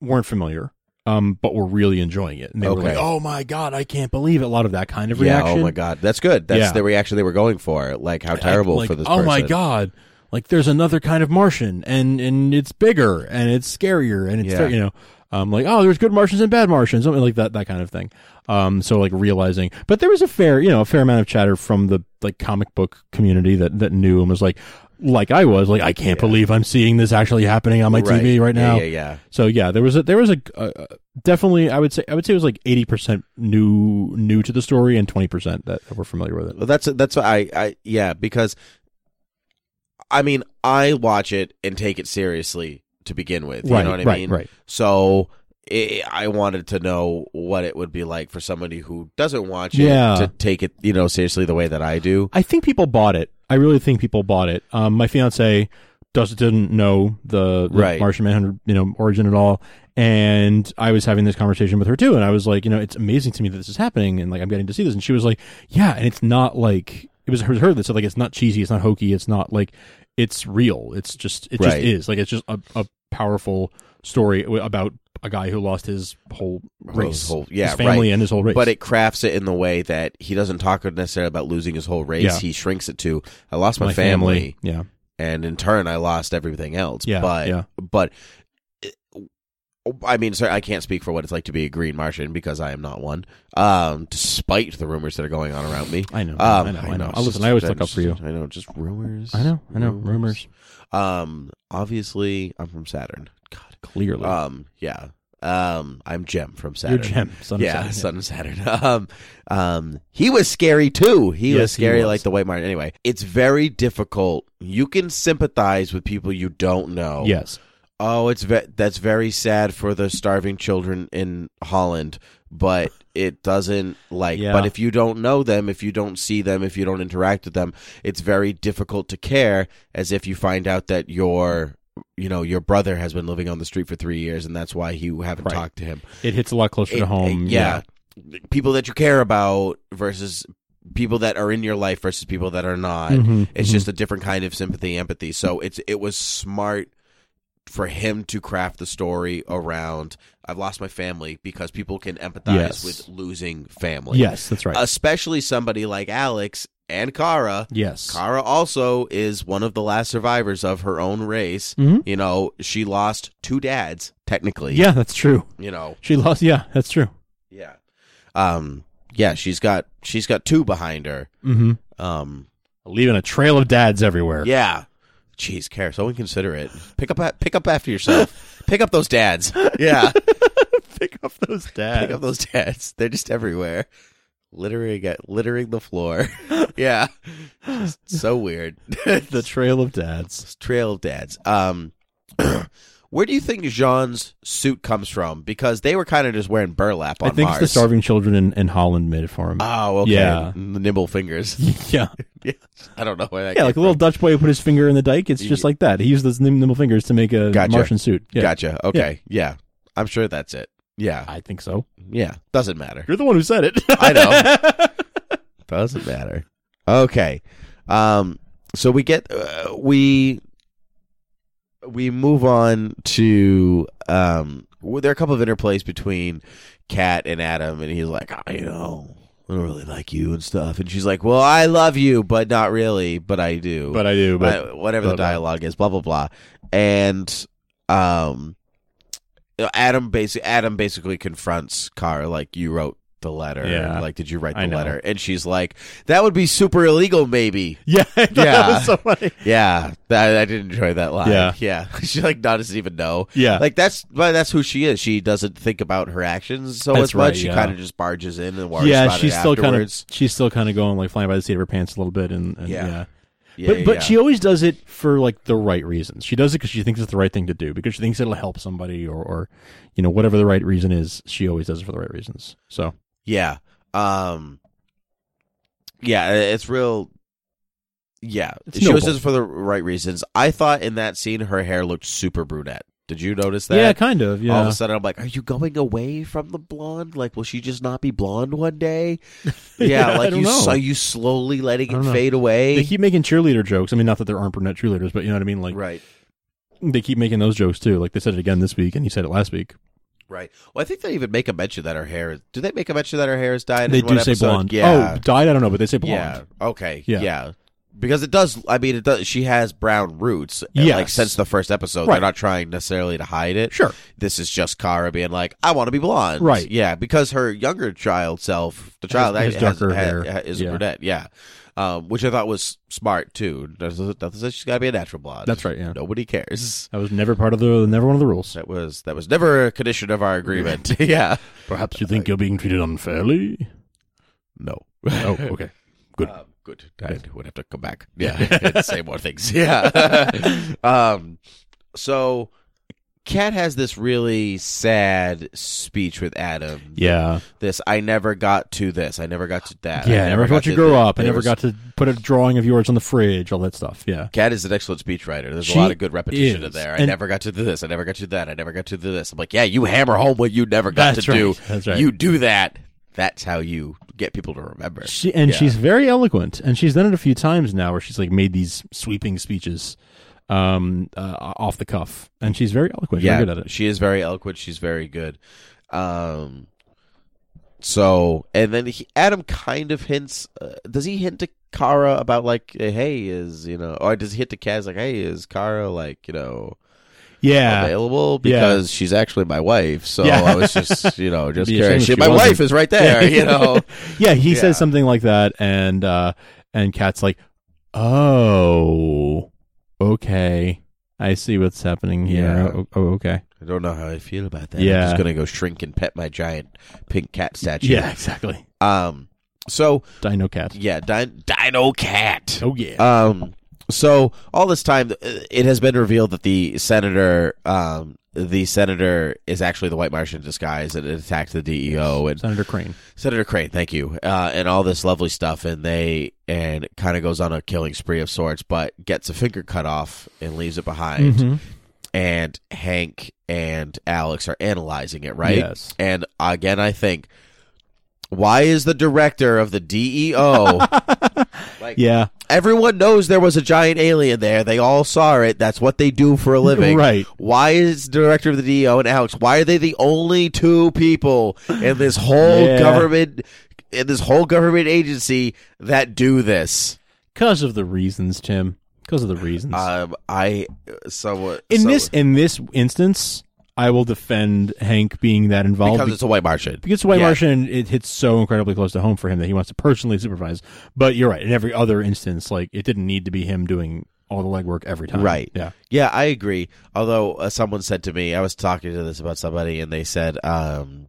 weren't familiar, um, but were really enjoying it. And they were Okay. like, "Oh my god, I can't believe it!" A lot of that kind of Yeah. reaction. Oh my god, that's good. That's Yeah. the reaction they were going for. Like how terrible Like, for this. Oh my person. god! Like there's another kind of Martian, and and it's bigger, and it's scarier, and it's Yeah. you know, um, like oh, there's good Martians and bad Martians, something like that, that kind of thing. Um, so like realizing, but there was a fair, you know, a fair amount of chatter from the like comic book community that that knew and was like, like I was, like I can't believe I'm seeing this actually happening on my TV right Yeah, now. Yeah, yeah. So yeah, there was a there was a uh, uh, definitely I would say I would say it was like eighty percent new new to the story and twenty percent that were familiar with it. Well, that's that's what I I yeah because I mean I watch it and take it seriously to begin with. You right, know what I right, mean? right. So i I wanted to know what it would be like for somebody who doesn't watch it Yeah. to take it you know seriously the way that I do. I think people bought it. I really think people bought it. Um, my fiance does didn't know the, the Right. Martian Manhunter you know origin at all, and I was having this conversation with her too, and I was like, you know, it's amazing to me that this is happening, and like I'm getting to see this, and she was like, yeah, and it's not like it was her, it was her that said like it's not cheesy, it's not hokey, it's not like it's real. It's just it just Right. is like it's just a, a powerful story w- about a guy who lost his whole race, His whole- yeah, his family right. and his whole race. But it crafts it in the way that he doesn't talk necessarily about losing his whole race. Yeah. He shrinks it to I lost my, my family, family, yeah, and in turn I lost everything else. yeah, but yeah, but eh, I mean, sir, I can't speak for what it's like to be a green Martian because I am not one. Um, despite the rumors that are going on around me. I know, Um, I know, I know. it's Oh, listen, just- I always I'm look up for you. just- I know, just rumors. I know, I know. Rumors, Um, obviously, I'm from Saturn. God. clearly. Um, yeah. Um, I'm Jem from Your Saturn. gem, son yeah, of Saturn. son of Saturn. Um, um, he was scary too. He Yes, was he scary was. like the White Martin. Anyway, it's very difficult. You can sympathize with people you don't know. Yes, Oh, it's ve- that's very sad for the starving children in Holland, but it doesn't like. Yeah. But if you don't know them, if you don't see them, if you don't interact with them, it's very difficult to care. As if you find out that your, you know, your brother has been living on the street for three years, and that's why you haven't Right. talked to him. it hits a lot closer to It- home. it- people that you care about versus people that are in your life versus people that are not. Mhm, It's mhm. just a different kind of sympathy, empathy. So it's it was smart for him to craft the story around I've lost my family because people can empathize Yes. with losing family. yes, that's Uh, right. Especially somebody like Alex and Kara. yes, Kara also is one of the last survivors of her own race. Mhm. You know, she lost two dads technically. yeah, that's true. You know. She lost. Yeah, that's true. Yeah. Um yeah, she's got she's got two behind her. Mm-hmm. Um Leaving a trail of dads everywhere. Yeah. Jeez, care so inconsiderate. Pick up, pick up after yourself. pick up those dads. Yeah, pick up those dads. pick up those dads. They're just everywhere, littering, littering the floor. yeah, Just so weird. the trail of dads. Trail of dads. Um, where do you think Jean's suit comes from? Because they were kind of just wearing burlap on I think Mars. it's the starving children in, in Holland made it for him. Oh, okay. Yeah. Nimble fingers. yeah, I don't know where that. yeah, came like a little Dutch boy who put his finger in the dike. It's just Yeah. like that. He used those nim- nimble fingers to make a Gotcha. Martian suit. from. Yeah, Gotcha. Okay. yeah, I'm sure that's it. Yeah. I think so. Yeah. Doesn't matter. You're the one who said it. I know. Doesn't matter. Okay. Um. So we get uh, we we move on to um. Well, there are a couple of interplays between Kat and Adam, and he's like, I you know. I don't really like you and stuff, and she's like, "Well, I love you, but not really, but I do." but I do. But Uh, whatever blah, the blah. dialogue is, blah blah blah, and um, Adam basically Adam basically confronts Kara like you wrote the letter, Yeah. like did you write I the know. letter? And she's like, that would be super illegal, maybe. yeah, I thought that Yeah. was so funny. Yeah, that, I did enjoy that line. Yeah. yeah. she like doesn't even know. Yeah, Like that's well, that's who she is. She doesn't think about her actions so That's as much. right, she yeah. kind of just barges in and worries yeah, about it she's still kind of afterwards. she's still kind of going like flying by the seat of her pants a little bit, and, and Yeah. yeah. Yeah, but yeah, but yeah. she always does it for like the right reasons. She does it because she thinks it's the right thing to do because she thinks it'll help somebody or or you know whatever the right reason is. She always does it for the right reasons. So Yeah. Um Yeah, it's real Yeah. It's she was noble. just for the right reasons. I thought in that scene her hair looked super brunette. Did you notice that? yeah, kind of All of yeah. a sudden I'm like, Are you going away from the blonde? Like, will she just not be blonde one day? Yeah, Yeah, I like don't you know. are you slowly letting I it don't know. fade They away. keep making cheerleader jokes. I mean, not that there aren't brunette cheerleaders, but you know what I mean. Like right. they keep making those jokes too. Like they said it again this week, and he said it last week. Right. Well, I think they even make a mention that her hair. is- Do they make a mention that her hair is dyed? They in one do say episode? blonde. Yeah. Oh, dyed. I don't know, but they say blonde. yeah. Okay. Yeah. Yeah. Because it does. I mean, it does. She has brown roots. and, Like Yes. since the first episode, Right. they're not trying necessarily to hide it. Sure. This is just Kara being like, "I want to be blonde." Right. Yeah. Because her younger child self, the child Has- has that has- darker ha- hair. ha- is Yeah. a brunette. Yeah. Um, which I thought was smart too. Doesn't doesn't say she's got to be a natural blonde. That's right. Yeah. Nobody cares. That was never part of the never one of the rules. That was that was never a condition of our agreement. yeah. Perhaps you think you're being treated unfairly. No. Oh, okay. Good. Um, good. I would have to come back. Yeah. and say more things. Yeah. um, so Kat has this really sad speech with Adam. Yeah. This I never got to this. I never got to that. yeah. I never got to grow up. I never got got to put a drawing of yours on the fridge. All that stuff. Yeah. Kat is an excellent speechwriter. There's She a lot of good repetition in is. there. I And- never got to do this. I never got to that. I never got to do this. I'm like, yeah, you hammer home what you never got That's to right. do. That's right. You do that. That's how you get people to remember. She and Yeah. she's very eloquent, and she's done it a few times now, where she's like made these sweeping speeches, um, uh, off the cuff, and she's very eloquent. She's yeah, very good at it. she is very eloquent. She's very good. Um, so and then he, Adam kind of hints. Uh, does he hint to Kara about like, hey, is you know, or does he hint to Kaz like, hey, is Kara like you know Yeah, available Yeah. because she's actually my wife. So Yeah. I was just, you know, just Be a shame curious. if She- she my wasn't. wife is right there, Yeah. you know. uh, yeah. He Yeah. says something like that, and uh, and Kat's like, "Oh, okay, I see what's happening here. Yeah. Oh, oh, okay, I don't know how I feel about that. Yeah. I'm just gonna go shrink and pet my giant pink cat statue. yeah, exactly. Um. So Dino Cat. yeah, din- Dino Cat. Oh yeah, Um. So all this time, uh, it has been revealed that the senator, um, the senator is actually the White Martian in disguise and attacked the DEO and Senator Crane. Senator Crane, thank you, uh, and all this lovely stuff, and they and kind of goes on a killing spree of sorts, but gets a finger cut off and leaves it behind. Mhm. And Hank and Alex are analyzing it, right? Yes. And again, I think, why is the director of the E DEO? like, Yeah, everyone knows there was a giant alien there. They all saw it. That's what they do for a living, Right. Why is the director of the DEO and Alex? Why are they the only two people in this whole Yeah. government in this whole government agency that do this? because of the reasons, Tim. Because of the reasons. Um, I somewhat in so- this in this instance, I will defend Hank being that involved because it's a white Martian. because White Yeah. Martian it hits so incredibly close to home for him that he wants to personally supervise. But you're right. In every other instance, like it didn't need to be him doing all the legwork every time. Right. Yeah. Yeah, I agree. Although uh, someone said to me, I was talking to this about somebody, and they said, um,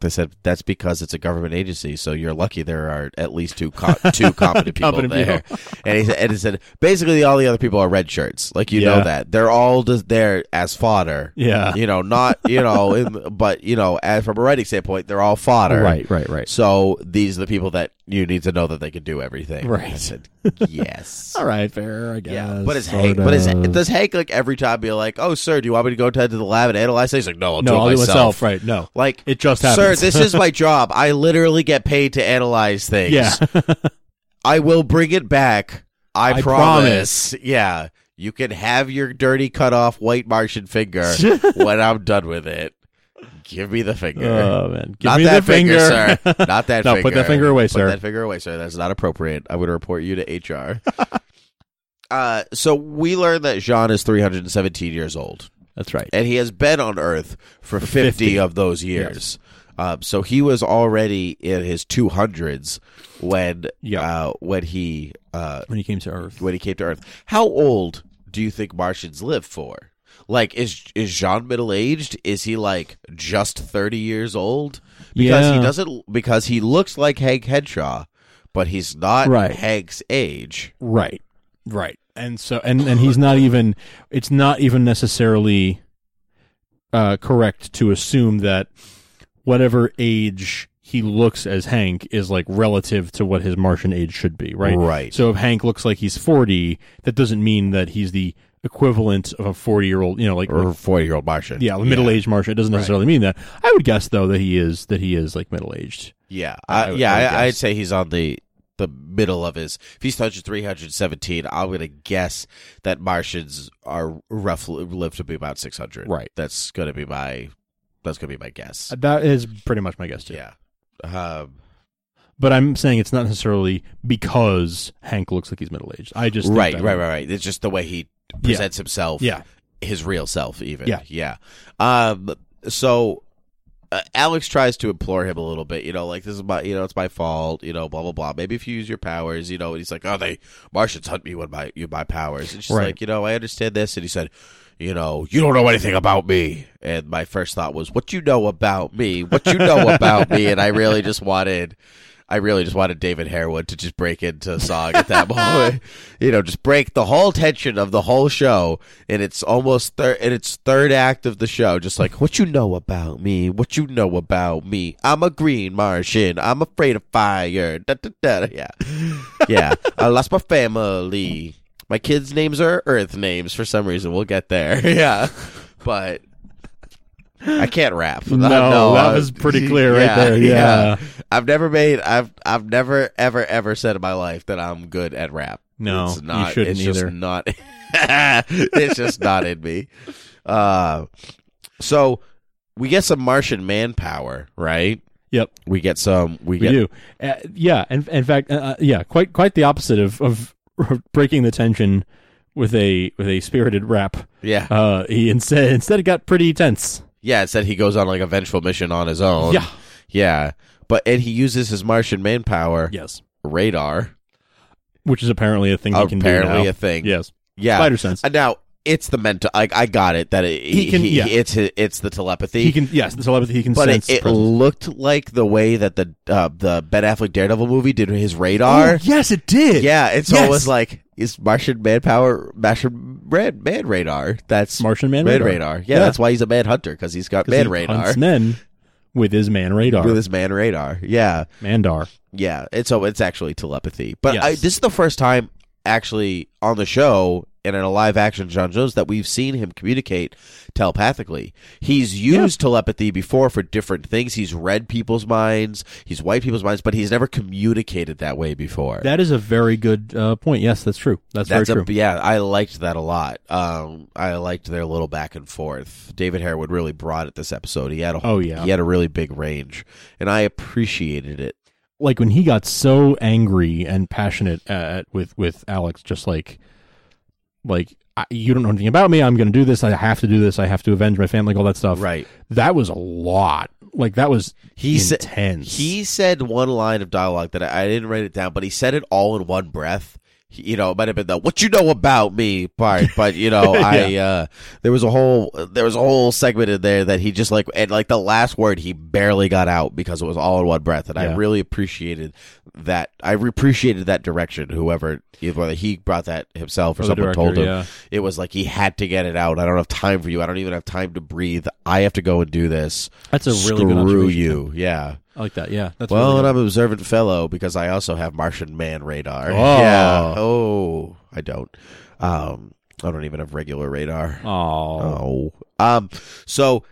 they said that's because it's a government agency, so you're lucky there are at least two co- two competent people Competent there. and he said, and he said basically all the other people are red shirts, like you Yeah. know that they're all just there as fodder. Yeah. you know, not you know, in, but you know, as from a writing standpoint, they're all fodder. Right. Right. Right. So these are the people that you need to know that they can do everything. Right. I said, yes. All right. Fair. I guess. Yeah, but it's sort Hank. But it's, of. does Hank like every time be like, "Oh, sir, do you want me to go to the lab and analyze?" it?" He's like, "No, I'll no, do it I'll do it myself." myself. Right. No. Like, It just sir, happens. this is my job. I literally get paid to analyze things. yeah. I will bring it back. I, I promise. Yeah, you can have your dirty cut off white Martian finger when I'm done with it. Give me the finger. oh man. Give not me that the finger. sir. Not that No, finger. put that finger away, sir. Put that finger away, sir. That's not appropriate. I would report you to HR. uh, so we learn that Jean is 317 years old, That's right. and he has been on Earth for 50, 50. of those years. Um, so he was already in his 200s when Yeah. uh, when he uh, When he came to Earth. when he came to Earth. How old do you think Martians live for? Like, is is Jean middle aged? Is he like just thirty years old? Because Yeah. he doesn't. Because he looks like Hank Henshaw, but he's not Right. Hank's age. Right. Right. And so and and he's not even it's not even necessarily uh correct to assume that whatever age he looks as Hank is like relative to what his Martian age should be, right? Right. So if Hank looks like he's 40, that doesn't mean that he's the equivalent of a 40-year-old, you know, like Or forty year old Martian. yeah, a middle-aged Martian. It doesn't necessarily mean that. I would guess though that he is that he is like middle-aged. Yeah, I- I, I would- yeah. I would I, I'd guess. say he's on the the middle of his. If he's touching three hundred seventeen, I'm gonna guess that Martians are roughly live to be about six hundred. Right. That's gonna be my That's gonna be my guess. That is pretty much my guess too. Yeah. Um, But I'm saying it's not necessarily because Hank looks like he's middle aged. I just think right, that- right, right, right. It's just the way he presents himself. Yeah. his real self even Yeah. yeah um so uh, alex tries to implore him a little bit you know like this is my you know it's my fault you know blah blah blah maybe if you use your powers you know and he's like oh they martians hunt me with my you my powers and she's Right. like you know i understand this and he said you know you don't know anything about me and my first thought was what you know about me what you know about me and i really just wanted I really just wanted David Harewood to just break into song at that moment, you know, just break the whole tension of the whole show. And it's almost third, and it's third act of the show, just like what you know about me, what you know about me. I'm a green Martian. I'm afraid of fire. Da, da, da. Yeah, yeah. I lost my family. My kids' names are Earth names for some reason. We'll get there. Yeah, but. I can't rap. No, uh, that was pretty clear right there. Yeah. I've never made I've I've never ever ever said in my life that I'm good at rap. No, it's you not, shouldn't it's Just either. not it's just not in me. Uh, so we get some Martian manpower, right? Yep. We get some. We We, get do. Uh, yeah, and in fact, uh, uh, yeah, quite quite the opposite of of breaking the tension with a with a spirited rap. yeah Uh, he instead instead it got pretty tense. yeah. It said he goes on like a vengeful mission on his own. Yeah. yeah. But and he uses his Martian manpower Yes, radar, which is apparently a thing he can do apparently now. a thing. Yes, yeah. spider sense. Uh, Now it's the mental. I, I got it that it, He he can- he- yeah. It's it's the telepathy. he can. Yes, the telepathy. He can but sense. it, it presence. looked like the way that the uh, the Ben Affleck Daredevil movie did his radar. Oh, yes, it did. yeah, and so Yes. it was like is Martian manpower Martian man, man radar. That's Martian man man radar. radar. Yeah, that's why he's a man hunter because he's got 'Cause man he radar hunts men with his man radar. with his man radar. Yeah, Mandar. yeah, and so it's actually telepathy. But I, Yes. this is the first time actually on the show and in a live action John Jones that we've seen him communicate telepathically. He's used telepathy before for different things. He's read people's minds, he's wiped people's minds, but he's never communicated that way before. That is a very good uh, point. Yes, that's true. That's, very a, true. yeah, I liked that a lot. Um, I liked their little back and forth. David Harewood really brought it this episode. He had a Oh, yeah. he had a really big range, and I appreciated it. like when he got so angry and passionate uh, at with with Alex, just like like I, you don't know anything about me. I'm going to do this. I have to do this. I have to avenge my family. like All that stuff. Right. That was a lot. Like that was He sa- intense. He said one line of dialogue that I, I didn't write it down, but he said it all in one breath. He- you know, it might have been the "What you know about me" part, but you know, I uh, there was a whole there was a whole segment in there that he just like and like the last word he barely got out because it was all in one breath, and I Yeah. really appreciated that. I appreciated that direction. Whoever whether he brought that himself or Or the someone director, told him, yeah. it was like he had to get it out. I don't have time for you. I don't even have time to breathe. I have to go and do this. That's a really good screw observation. you. Yeah. I like that. Yeah. That's Well, really and good. I'm an observant fellow because I also have Martian man radar. Oh. Yeah. Oh, I don't. Um, I don't even have regular radar. Aw. Oh. Um, so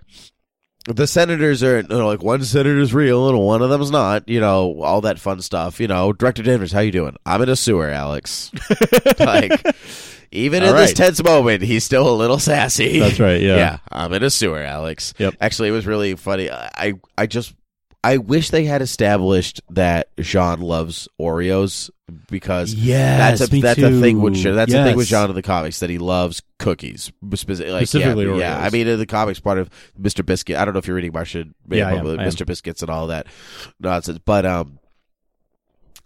the senators are you know, like one senator's real and one of them's not, you know, all that fun stuff, you know. Director Danvers, how you doing? I'm in a sewer, Alex. like even All in this right. tense moment, he's still a little sassy. That's right. Yeah. I'm um, in a sewer, Alex. Yep. Actually, it was really funny. I I- I just I wish they had established that Jean loves Oreos because Yes, that's a me that's a too. thing with that's a thing with Yes. John in the comics that he loves cookies specifically. Like, Specifically yeah, Oreos. yeah. I mean, in the comics, part of Mr. Biscuit. I don't know if you're reading Martian, Man, Yeah, I am, but I am. Mr. Biscuits and all that nonsense, but um.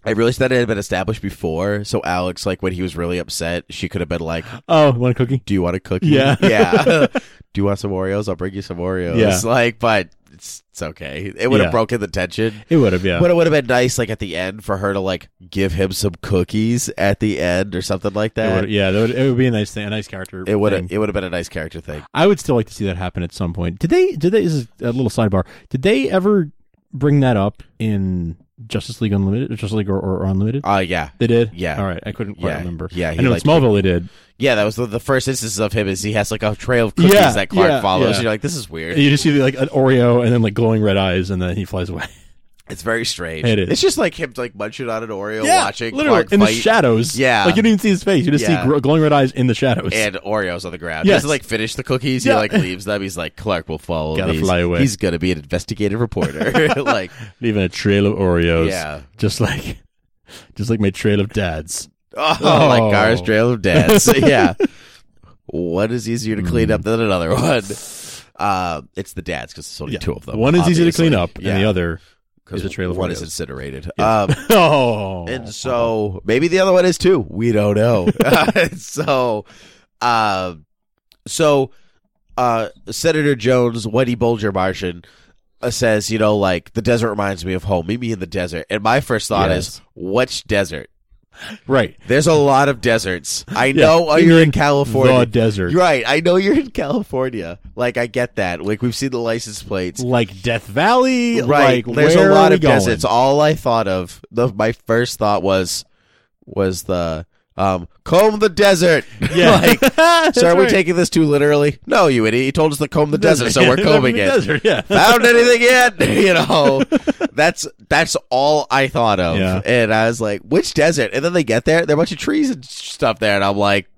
I realized that it had been established before, so Alex, like when he was really upset, she could have been like, Oh, want a cookie? do you want a cookie? Yeah. Yeah. do you want some Oreos? I'll bring you some Oreos. Yeah. Like, but it's, it's okay. It would have Yeah. broken the tension. It would have. Yeah. But it would have been nice, like at the end, for her to like give him some cookies at the end or something like It that. would've- yeah. That would, it would be a nice thing. A nice character. It would thing. have. It would have been a nice character thing. I would still like to see that happen at some point. Did they? Did they? This is a little sidebar. Did they ever bring that up in Justice League Unlimited, or Justice League or, or Unlimited? Oh yeah, they did. yeah. All right. I couldn't quite Yeah, remember. yeah, he I know in liked- Smallville they did. yeah. That was the, the first instance of him. Is he has like a trail of cookies Yeah, that Clark yeah, follows? yeah. You're like, this is weird. You just see like an Oreo and then like glowing red eyes, and then he flies away. It's very strange. It is. It's just like him like munching on an Oreo, watching literally Clark in the fight, shadows. Yeah. like you don't even see his face. You just Yeah. see gr- glowing red eyes in the shadows. and Oreos on the ground. Yes. He doesn't like finish the cookies. Yeah. He like leaves them. He's like Clark will follow. Gotta these. fly away. He's gonna be an investigative reporter. like leaving a trail of Oreos. Yeah. just like, just like my trail of dads. oh, Oh. like Gar's trail of dads. yeah. One is easier to clean Hmm. up than another one. Uh, it's the dads because there's only Yeah. two of them. One is easy to obviously. clean up, Yeah. and the other. 'Cause is a trail of one is Oreos. incinerated. Um, Oh, And so maybe the other one is too. We don't know. so, uh, so uh, Senator Jones, Wendy Bolger Martian, uh, says, you know, like the desert reminds me of home. Meet me in the desert. And my first thought Yes. is, which desert? right. There's a lot of deserts. I know Yeah. uh, you're mean in California. the desert, You're right. I know you're in California. Like I get that. Like we've seen the license plates. like Death Valley. Right. Like, There's where a are lot we of going? deserts. All I thought of, the, my first thought was, was the um, comb the desert. Yeah. like, That's so are we right. taking this too literally? No, you idiot. He told us to comb the desert, so we're combing The it. desert, yeah. Found anything yet? you know, that's that's all I thought of, Yeah. and I was like, which desert? And then they get there, there are a bunch of trees and stuff there, and I'm like.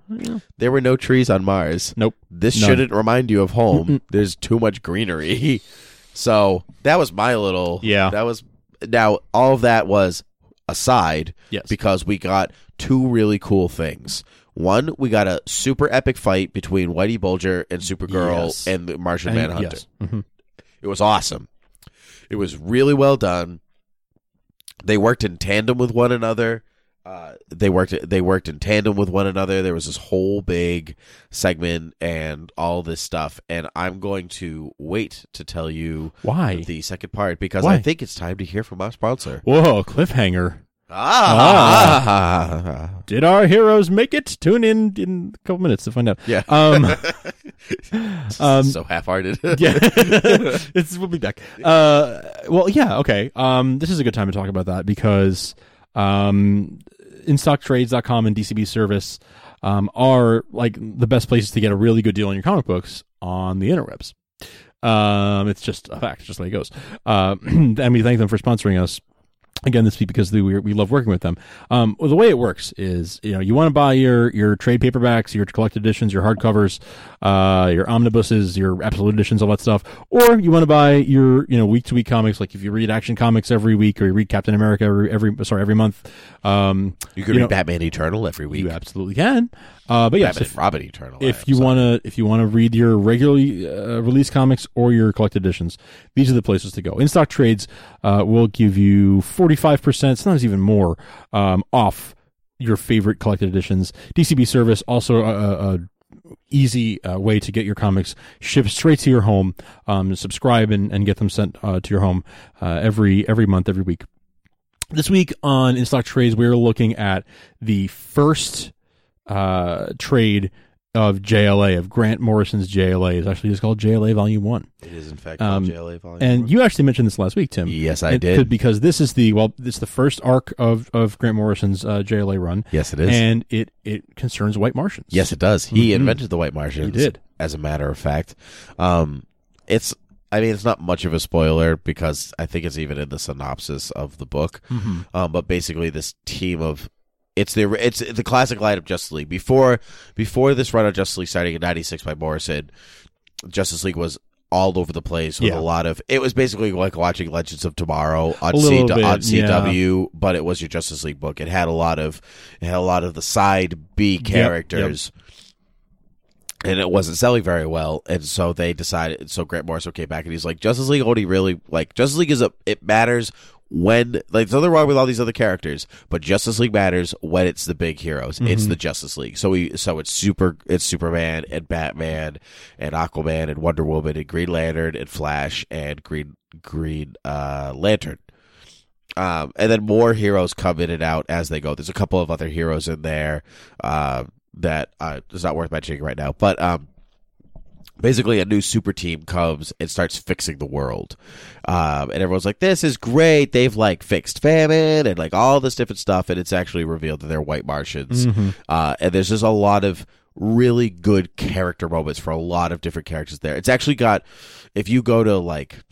There were no trees on Mars. Nope. This None. shouldn't remind you of home. There's too much greenery. So that was my little. Yeah. That was. Now, all of that was aside Yes. because we got two really cool things. One, we got a super epic fight between Whitey Bulger and Supergirl Yes. and the Martian And- Manhunter. yes. Mhm. It was awesome. It was really well done. They worked in tandem with one another. Uh, they worked. They worked in tandem with one another. There was this whole big segment and all this stuff. And I'm going to wait to tell you Why? the second part because Why? I think it's time to hear from our sponsor. Whoa, cliffhanger. Ah. Did our heroes make it? Tune in in a couple minutes to find out. Yeah. Um, um, Ah. so half-hearted. yeah. it's, we'll be back. Uh, well, yeah, okay. Um, this is a good time to talk about that because um, InStockTrades.com and DCB Service um, are like the best places to get a really good deal on your comic books on the interwebs. Um, it's just a fact, just the way it goes. Uh, and we thank them for sponsoring us again this week because we we love working with them. Um, well, the way it works is you know you want to buy your your trade paperbacks, your collected editions, your hardcovers, uh, your omnibuses, your absolute editions, all that stuff, or you want to buy your you know week to week comics. Like if you read Action Comics every week or you read Captain America every, every sorry every month, um, You could You read know- Batman Eternal every week. you absolutely can. Uh, but yes, Batman if, and Robin Eternal. I am if you sorry. want to if you want to read your regularly uh, released comics or your collected editions these are the places to go in stock trades uh, will give you 45% sometimes even more um, off your favorite collected editions dcb service also a, a, a easy uh, way to get your comics shipped straight to your home um, subscribe and, and get them sent uh, to your home uh, every every month every week this week on in stock trades we're looking at the first uh, trade of JLA of Grant Morrison's JLA is actually just called JLA Volume One. It is in fact Um, called JLA Volume And One. you actually mentioned this last week, Tim. Yes, I It did. could- because this is the well, it's the first arc of of Grant Morrison's uh, JLA run, yes, it is. and it it concerns white Martians. yes, it does. He Mhm. invented the White Martians. He did. as a matter of fact. Um, it's. I mean, it's not much of a spoiler because I think it's even in the synopsis of the book. Mhm. Um, but basically, this team of it's the it's the classic line of Justice League before before this run of Justice League starting in '96 by Morrison. Justice League was all over the place with Yeah. a lot of it was basically like watching Legends of Tomorrow on, A C, little bit, on yeah. CW, but it was your Justice League book. It had a lot of it had a lot of the side B characters. And it wasn't selling very well, and so they decided. So Grant Morrison came back, and he's like, "Justice League only really like Justice League is a it matters when like there's nothing wrong with all these other characters, but Justice League matters when it's the big heroes. It's the Justice League. So we so it's super it's Superman and Batman and Aquaman and Wonder Woman and Green Lantern and Flash and Green Green uh, Lantern. Um, and then more heroes come in and out as they go. There's a couple of other heroes in there uh, that uh, is not worth mentioning right now. But um, basically, a new super team comes and starts fixing the world. Um, and everyone's like, this is great. They've like fixed famine and like all this different stuff. And it's actually revealed that they're white Martians. Uh, and there's just a lot of really good character moments for a lot of different characters there. It's actually got, if you go to like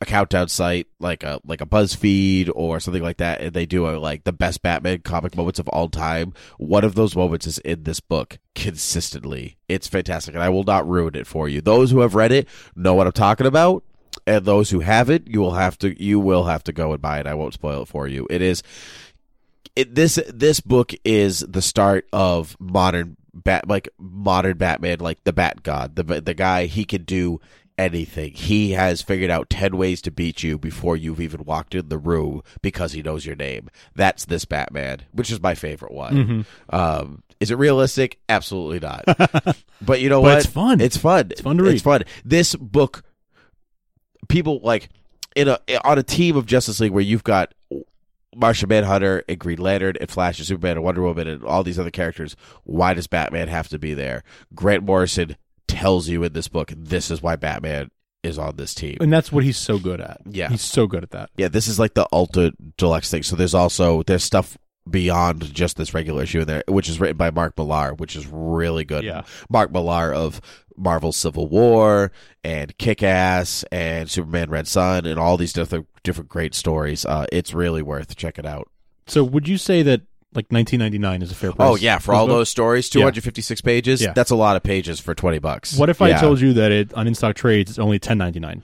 a countdown site like a like a BuzzFeed or something like that, and they do a like the best Batman comic moments of all time. One of those moments is in this book consistently. It's fantastic, and I will not ruin it for you. Those who have read it know what I'm talking about, and those who haven't, you will have to you will have to go and buy it. I won't spoil it for you. It is it, this this book is the start of modern bat like modern Batman like the Bat God the the guy he can do anything he has figured out 10 ways to beat you before you've even walked in the room because he knows your name that's this Batman which is my favorite one Mm-hmm. Hmm. um is it realistic absolutely not but you know But what it's fun. it's fun It's fun to read. it's fun this book people like in a on a team of Justice League where you've got Martian Manhunter and Green Lantern and Flash and Superman and Wonder Woman and all these other characters. Why does Batman have to be there? Grant Morrison tells you in this book this is why Batman is on this team. and that's what he's so good at. Yeah. he's so good at that. Yeah, this is like the Ultra Deluxe thing. So there's also there's stuff beyond just this regular issue in there, which is written by Mark Millar, which is really good. Yeah. Mark Millar of Marvel Civil War and Kick Ass and Superman Red Sun and all these different different great stories. Uh, it's really worth checking out. So would you say that like 1999 is a fair price? Oh yeah, for all those stories, two Yeah. hundred fifty six pages. Yeah. That's a lot of pages for twenty bucks. What if I Yeah. told you that it on in stock trades it's only 10.99?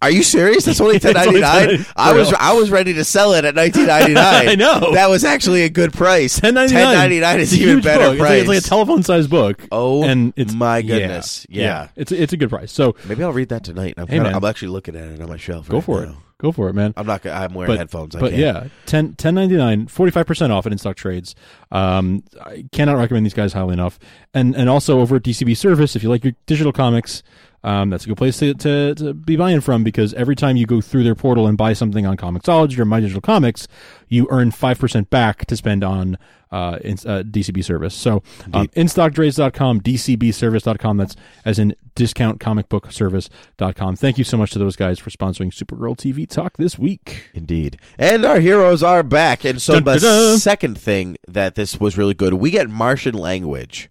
Are you serious? That's only It's only ten ninety nine. $10.99. I was For real. I was ready to sell it at nineteen ninety nine. I know. that was actually a good price. $10.99. $10.99 is It's a even huge better book. It's like- It's like, price. a telephone sized book. Oh, and it's my yeah, goodness. Yeah. it's it's a good price. So Maybe I'll read that tonight. I'm, Hey, kinda- man. I'm actually looking at it on my shelf. go right for it. now. Go for it, man. I'm not. gonna- I'm wearing But- headphones. I But can't. yeah, 10 10.99, 45% off at in stock trades. Um, I cannot recommend these guys highly enough. And and also over at DCB Service, if you like your digital comics, um, that's a good place to, to, to be buying from because every time you go through their portal and buy something on Comixology or My Digital Comics, you earn 5% back to spend on uh, in, uh, DCB Service. So um, instocktrades.com, dcbservice.com. That's as in discount comic book service.com. Thank you so much to those guys for sponsoring Supergirl TV Talk this week. Indeed. And our heroes are back. And so Dun, the dun, dun. second thing that this was really good, we get Martian language.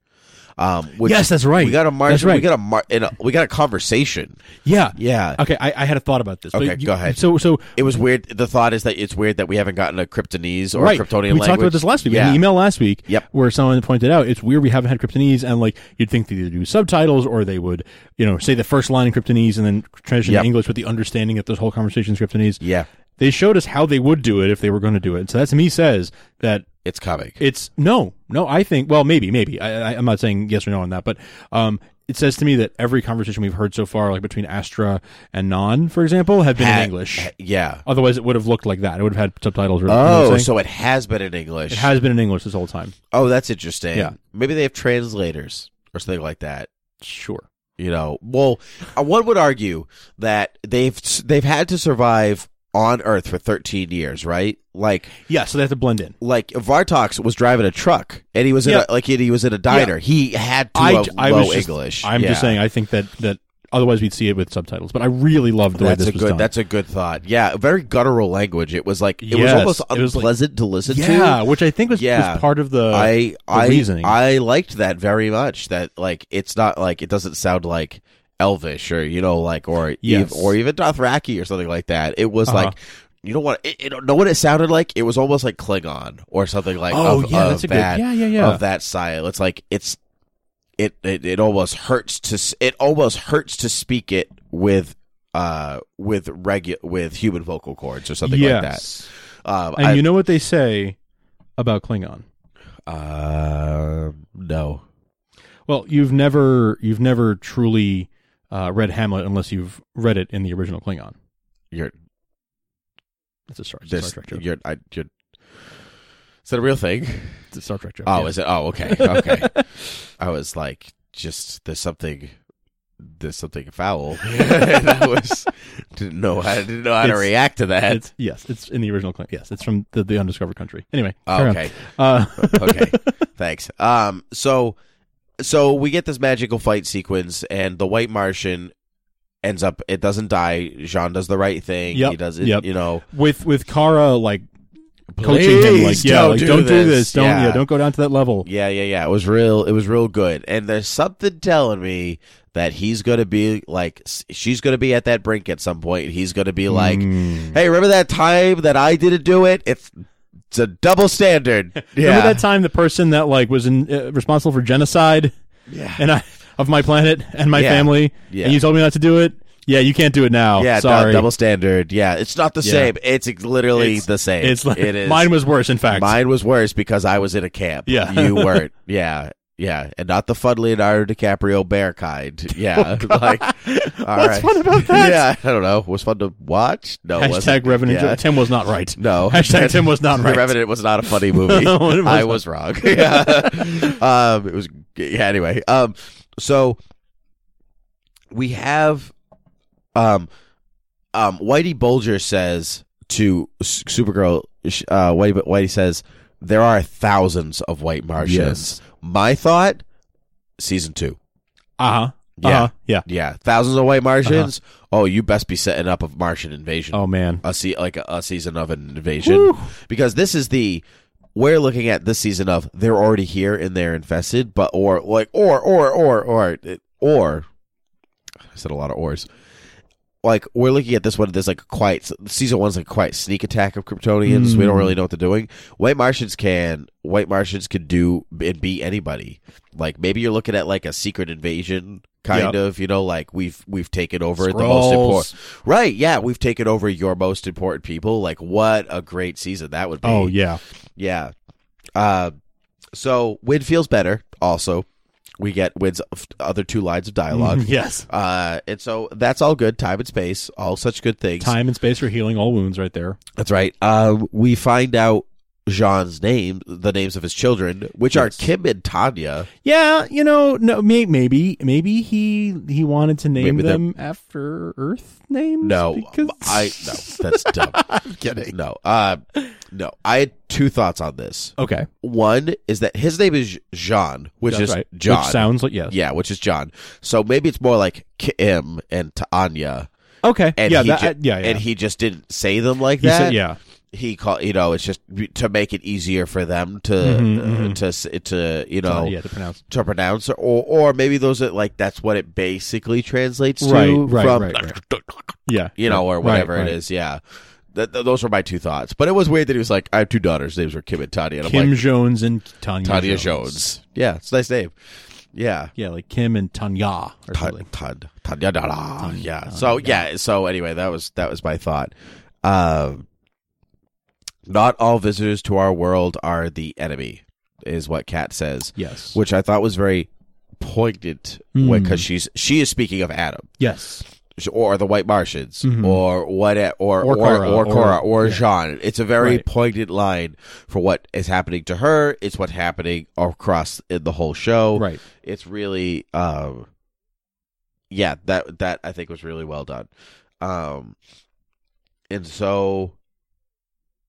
Um, which Yes, that's right. We got a That's Martian. right. We got a, Mar- in a we got a conversation. Yeah. Yeah. Okay, I, I had a thought about this. but Okay, go ahead. So, so It was weird. The thought is that it's weird that we haven't gotten a Kryptonese or right, a Kryptonian we language. talked about this last week. Yeah. In an email last week, Yep. where someone pointed out it's weird we haven't had Kryptonese, and like you'd think they would do subtitles or they would, you know, say the first line in Kryptonese and then transition Yep. to English with the understanding that this whole conversation is Kryptonese. Yeah. They showed us how they would do it if they were going to do it. So that to me says that It's coming. It's no, no. I think well, maybe, maybe. I, I, I'm not saying yes or no on that, but um, it says to me that every conversation we've heard so far, like between Astra and Non, for example, have been Ha- in English. ha- yeah. Otherwise, it would have looked like that. It would have had subtitles. Or, you know what I'm Oh, saying? so it has been in English. it has been in English this whole time. oh, that's interesting. Yeah. Maybe they have translators or something like that. Sure. You know, well, uh, one would argue that they've they've had to survive on Earth for 13 years, right? Like Yeah. So they have to blend in. like Vartox was driving a truck and he was in Yeah. a, like he, he was in a diner. He had to I- have I low was just- English. I'm Yeah. just saying. I think that that otherwise we'd see it with subtitles. But I really loved the way That's this a was good. done. That's a good thought. Yeah, very guttural language. It was like it was Yes, almost it was like- unpleasant to listen to. yeah, which I think was, Yeah. was part of the. I I reasoning. I liked that very much. That like it's not like it doesn't sound like Elvish or you know like or Yes. ev- or even Dothraki or something like that. It was Uh-huh. like you know what it, you know what it sounded like. It was almost like Klingon or something like oh of- yeah, of that's a good. that yeah, yeah, yeah. of that style. It's like it's it, it it almost hurts to s- it almost hurts to speak it with uh with regu- with human vocal cords or something yes. like that. Um, And I, you know what they say about Klingon? uh, no. Well, you've never you've never truly uh, read Hamlet unless you've read it in the original Klingon. You're It's a Star, it's a this Star Trek joke. you're, I, you're is that a real thing It's a Star Trek joke. oh yeah. is it oh okay okay i was like just there's something there's something foul And i was didn't know i didn't know how to It's- react to that It's yes, it's in the original Klingon. Yes, it's from the, the Undiscovered Country. Anyway, Oh, carry on. okay Uh, okay thanks um so so we get this magical fight sequence and the white martian ends up it doesn't die jean does the right thing Yep, he does it yep. you know with with Kara like coaching him, like Please yeah, like don't do this, don't Yeah. yeah, don't go down to that level. Yeah, yeah, yeah. It was real. It was real good. And there's something telling me that he's going to be like, s- she's going to be at that brink at some point. and He's going to be like, Mm. Hmm. hey, remember that time that I didn't do it? It's, it's a double standard. Yeah. Remember that time the person that like was in, uh, responsible for genocide Yeah. and I of my planet and my Yeah. family, Yeah. and you told me not to do it. Yeah, you can't do it now. yeah, du- Oh, sorry. double standard. Yeah, it's not the Yeah. same. It's ex- literally It's- the same. it's like it is. mine was worse. In fact, Mine was worse because I was in a camp. Yeah. You weren't. Yeah. Yeah. And not the fun Leonardo DiCaprio bear kind. Yeah. like, all Oh, What's right. fun about that? Yeah. I don't know. Was fun to watch? No. it Hashtag wasn't. Revenant. Yeah. Tim was not right. No. Hashtag Tim was not right. The Revenant was not a funny movie. No, it was I not. was wrong. yeah. um, it was. Yeah. Anyway. Um. So we have, um, um. Whitey Bulger says to S- Supergirl. sh- Uh, Whitey, Whitey says there are thousands of white Martians. My thought, season two. Uh huh. Yeah. Uh-huh. Yeah. Yeah, thousands of white Martians. Oh, you best be setting up a Martian invasion Oh man. a se- like a, a season of an invasion Whew. because this is the we're looking at this season of they're already here and they're infested but or like or or or or it- or I said a lot of ors like we're looking at this one there's like a quiet season one's like a quiet sneak attack of Kryptonians we don't Mm. really know what they're doing white Martians can white Martians can do and be anybody like maybe you're looking at like a secret invasion Yep. kind of you know like we've we've taken over the most Skrulls. important Right, yeah, we've taken over your most important people. Like, what a great season that would be. Oh yeah. yeah. Uh, so Win feels better. Also, we get Win's f- other two lines of dialogue. yes. Uh, and so that's all good. Time and space, all such good things. Time and space for healing all wounds. Right there. That's right. Um, we find out Jean's name, the names of his children, which are Yes. Kim and Tanya. Yeah, you know, no, may, maybe, maybe he he wanted to name Maybe they're- them after Earth names. No, because- I no, that's dumb. I'm kidding. No, uh, no. I had two thoughts on this. Okay, One is that his name is Jean, which that's is right. John. Which sounds like yes. yeah, which is John. So maybe it's more like Kim and Tanya, Okay, and yeah, he that, uh, ju- yeah, yeah. and he just didn't say them like He that. said, yeah, he called. You know, it's just to make it easier for them to Mhm, uh, mhm. to s- to you know Sorry, yeah, to pronounce. to pronounce, or or maybe those are like that's what it basically translates to Right, right, from right, right. Yeah, you know or Right, whatever right. it is. Yeah, Th- th- those were my two thoughts. But it was weird that he was like, I have two daughters. Names were Kim and Tanya. And I'm Kim like, Jones and Tanya, Tanya Jones. Yeah, it's a nice name. Yeah. Yeah, like Kim and Tanya. Or Tanya something. Tanya Dada. Yeah. So yeah, so anyway, that was that was my thought. Um not all visitors to our world are the enemy is what Kat says, Yes. which I thought was very poignant Hmm. because she's she is speaking of Adam yes. or the White Martians Mhm. or what or or Mm-hmm. or Or Kara, Cora or, or- yeah. Jean. It's a very Right. poignant line for what is happening to her. It's what's happening across in the whole show. Right. It's really um yeah, that that I think was really well done. Um and so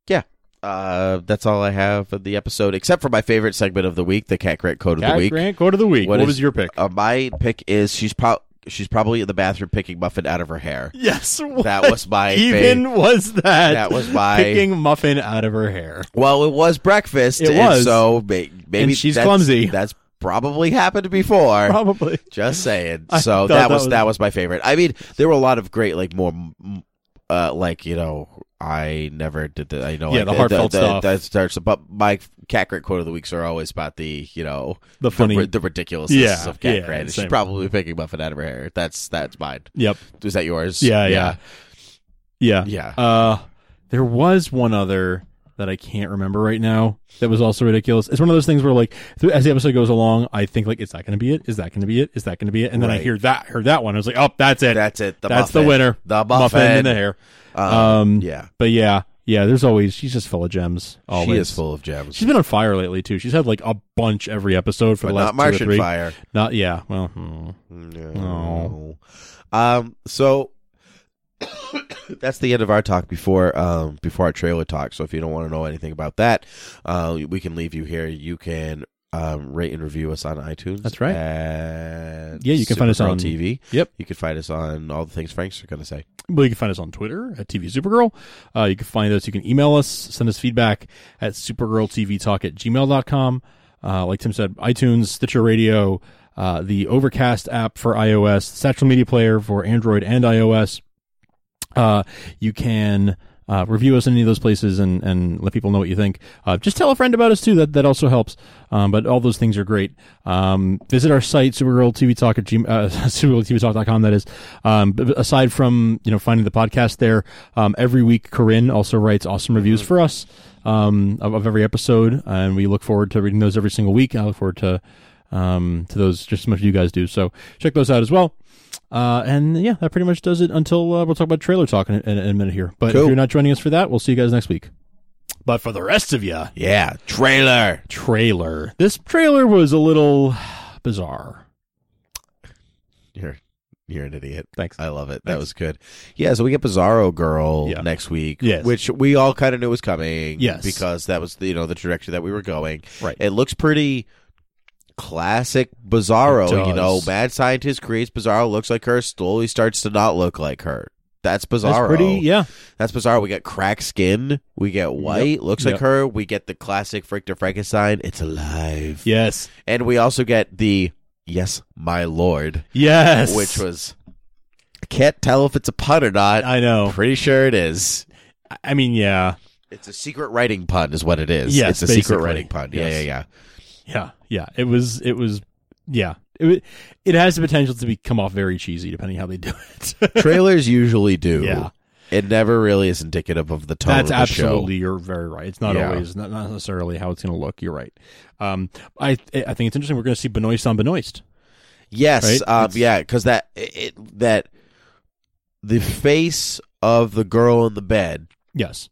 yeah, uh that's all I have for the episode except for my favorite segment of the week, the cat grant code of Cat the week. Grant, go to the week. What What, is- was your pick? Uh, my pick is she's pro- she's probably in the bathroom picking muffin out of her hair. yes. What That was my even fav- was that? That was my- picking muffin out of her hair. Well, it was breakfast. It and was. So may- maybe And she's that's, clumsy. That's probably happened before. Probably. Just saying. I So thought that that was, was- that was my favorite. I mean, there were a lot of great, like more, mm, uh, like you know, I never did the. I know, Yeah, like, the heartfelt stuff. that starts, but my cat grant quote of the weeks are always about the you know The funny. the, ri- the ridiculousness Yeah, of cat yeah, grant. She's same. probably picking muffin out of her hair. That's that's mine. yep. Is that yours? Yeah, yeah. Yeah. yeah. Uh, there was one other that I can't remember right now that was also ridiculous. It's one of those things where like th- as the episode goes along, I think like, is that going to be it? Is that going to be it? Is that going to be it? And then I Right. hear that, heard that one. I was like, oh, that's it. That's it. The that's muffin. the winner. The Muffin in muffin. the hair. Um, Um, yeah. But yeah, yeah. There's always she's just full of gems. Always. She is full of gems. She's been on fire lately too. She's had like a bunch every episode for but the last not two or Martian three. Fire. Not yeah. Well, hmm. No. Um. So that's the end of our talk before um before our trailer talk. So if you don't want to know anything about that, uh, we can leave you here. You can. Um, rate and review us on iTunes. That's right. And Yeah, you can find us Supergirl on- TV. Yep. You can find us on all the things Frank's going to say. Well, you can find us on Twitter at TV Supergirl. Uh, you can find us. You can email us, send us feedback at supergirltvtalk at gmail.com. Uh, like Tim said, iTunes, Stitcher Radio, uh, the Overcast app for iOS, Satchel Media Player for Android and iOS. Uh, you can uh, review us in any of those places and, and let people know what you think. Uh, just tell a friend about us too. That that also helps. Um, but all those things are great. Um, visit our site supergirltvtalk at g- uh, supergirltvtalk.com. That is. Um, b- aside from you know finding the podcast there, um, every week Corinne also writes awesome reviews for us um, of, of every episode, and we look forward to reading those every single week. I look forward to um, to those just as much as you guys do. So check those out as well. Uh, and yeah, that pretty much does it until uh, we'll talk about trailer talk in, in, in a minute here. But if Cool. you're not joining us for that, we'll see you guys next week. But for the rest of you, Yeah, trailer. trailer. This trailer was a little bizarre. You're you're an idiot. Thanks. I love it. That Thanks. was good. Yeah, so we get Bizarro Girl Yeah. next week, Yes. which we all kind of knew was coming, Yes. because that was the, you know the trajectory that we were going. Right. It looks pretty classic Bizarro. It You know, does. mad scientist creates Bizarro, looks like her, slowly starts to not look like her. That's Bizarro. That's pretty. Yeah. That's Bizarro. We get cracked skin. We get white. Looks Yep. like her. We get the classic Frick to Frankenstein. It's alive. Yes. And we also get the yes, my lord Yes. which was I can't tell if it's a pun or not. I know. Pretty sure it is. I mean, yeah, It's a secret writing pun, is what it is. Yes, it's a basically. secret writing pun. Yeah, Yes. yeah, yeah. yeah, yeah. It was. It was. Yeah. It wa- it has the potential to be come off very cheesy, depending how they do it. Trailers usually do. Yeah. It never really is indicative of the tone That's of the absolutely. You're very right. It's not Yeah. always not, not necessarily how it's going to look. You're right. Um, I I think it's interesting. We're going to see Benoist on Benoist. show. Yes, Right? um, It's- yeah, because that it, that the face of the girl in the bed Yes.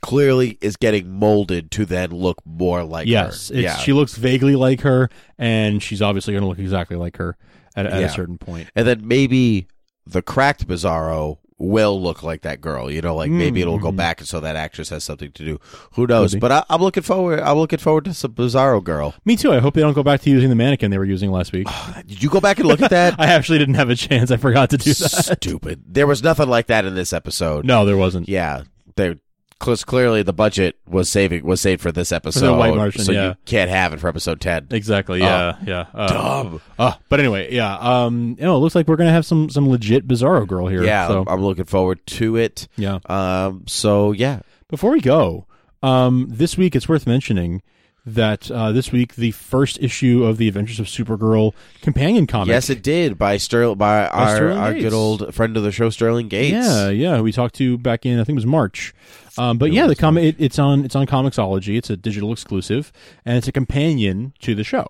clearly is getting molded to then look more like yes. her. It's, yeah. She looks vaguely like her, and she's obviously going to look exactly like her at, at Yeah. a certain point. and then maybe the cracked Bizarro will look like that girl. You know, like maybe it'll go Mhm. back, and so that actress has something to do. Who knows? Could be. But I, I'm looking forward. I'm looking forward to some Bizarro girl. Me too. I hope they don't go back to using the mannequin they were using last week. Did you go back and look at that? I actually didn't have a chance. I forgot to do that. Stupid. There was nothing like that in this episode. No, there wasn't. Yeah, they. Cause clearly the budget was saving was saved for this episode, White Martian, so yeah. you can't have it for episode ten. Oh. Exactly. Yeah. yeah. Uh, Dumb. uh, but anyway, yeah. Um. You know, it looks like we're gonna have some some legit Bizarro girl here. Yeah, Uh, So, I'm looking forward to it. yeah. Um, so yeah, Before we go, um, this week it's worth mentioning that uh, this week the first issue of the Adventures of Supergirl companion comic. yes, it did by Sterling by, our Sterling our Gates. good old friend of the show Sterling Gates. Yeah, yeah. who We talked to back in I think it was March. Um, but yeah, the comic it, it's on it's on Comixology. It's a digital exclusive, and it's a companion to the show.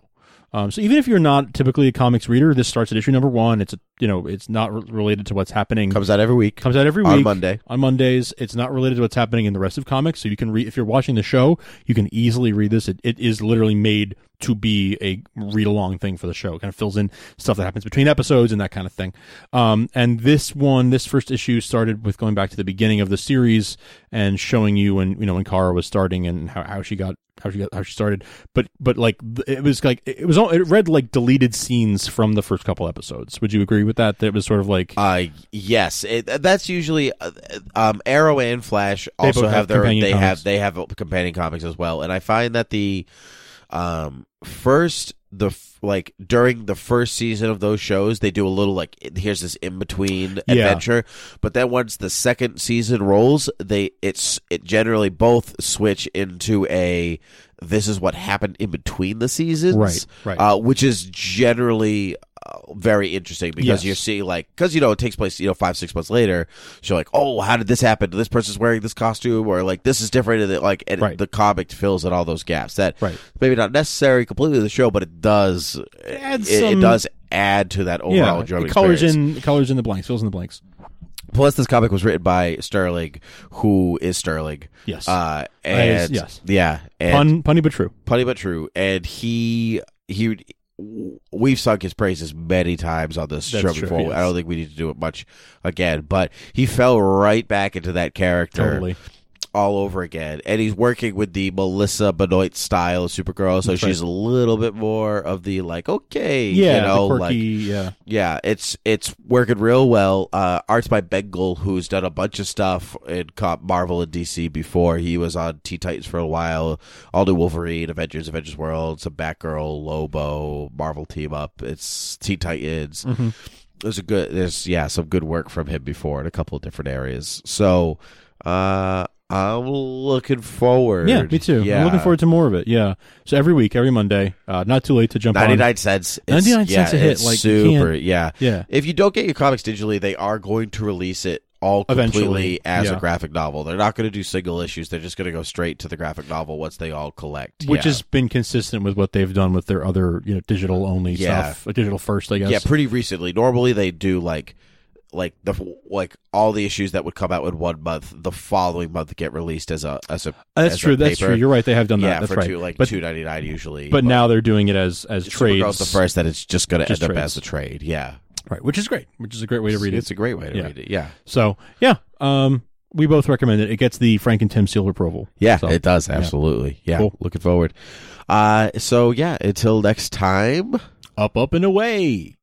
Um, so even if you're not typically a comics reader, this starts at issue number one. It's a, you know it's not re- related to what's happening. comes out every week. comes out every week on Monday. On Mondays, it's not related to what's happening in the rest of comics, so you can read if you're watching the show, you can easily read this. It, it is literally made to be a read along thing for the show. It kind of fills in stuff that happens between episodes and that kind of thing. Um, and this one, this first issue started with going back to the beginning of the series and showing you when you know when Kara was starting and how, how she got how she got how she started. But but like th- it was like it was all it read like deleted scenes from the first couple episodes. Would you agree with that? That it was sort of like Uh, yes, it, that's usually uh, um, Arrow and Flash also both have, have their companion they comics. have they have companion comics as well, and I find that the um first the f- like during the first season of those shows they do a little like here's this in between Yeah. adventure, but then once the second season rolls, they it's it generally both switch into a this is what happened in between the seasons, Right, right. Uh, which is generally uh, very interesting because Yes. you're seeing like because you know it takes place you know five six months later so you're like oh how did this happen this person's wearing this costume or like this is different and it, like and Right. the comic fills in all those gaps that Right. maybe not necessary completely to the show but it does it, adds it some- does add to that overall it enjoyment colors experience. in it colors in the blanks, fills in the blanks. plus this comic was written by Sterling who is Sterling Yes. uh and yes. yeah and Pun, punny but true. punny but true and he he we've sung his praises many times on this That's show true, before yes. i don't think we need to do it much again but he fell right back into that character Totally. all over again. And he's working with the Melissa Benoit style of Supergirl, so That's right. she's a little bit more of the like, okay, yeah, you know, the like quirky, yeah, yeah, it's it's working real well. Uh, arts by Bengal, who's done a bunch of stuff in co- Marvel and DC before. He was on T Titans for a while. All new Wolverine, Avengers, Avengers World, some Batgirl, Lobo, Marvel team up. It's T Titans. Mhm. There's a good. There's yeah, some good work from him before in a couple of different areas. So uh, I'm looking forward. yeah. Me too. I'm looking forward to more of it. Yeah. So every week, every Monday, uh, not too late to jump Ninety on. nine cents. It's- 99 yeah, cents a hit, it's like, you can't- super. Yeah. Yeah. If you don't get your comics digitally, they are going to release it all completely Eventually, as yeah. a graphic novel. They're not going to do single issues. They're just going to go straight to the graphic novel once they all collect. Which yeah. has been consistent with what they've done with their other, you know, digital only Yeah. stuff, uh, digital first, I guess. yeah, pretty recently. Normally they do like like the like all the issues that would come out in one month, the following month get released as a as a Uh, that's as a true. That's paper. true. You're right. They have done yeah that. That's for right. two like but two ninety nine usually. but now they're doing it as as trades. Supergirl's the first that it's just going to end Just up trades. as a trade. Yeah, right? Which is great. Which is a great way to read it. It's a great way to Yeah. read it. Yeah, So yeah, um, we both recommend it. It gets the Frank and Tim seal of approval. Yeah, So- it does absolutely. Yeah, Cool. looking forward. Uh, so yeah, until next time. Up, up and away.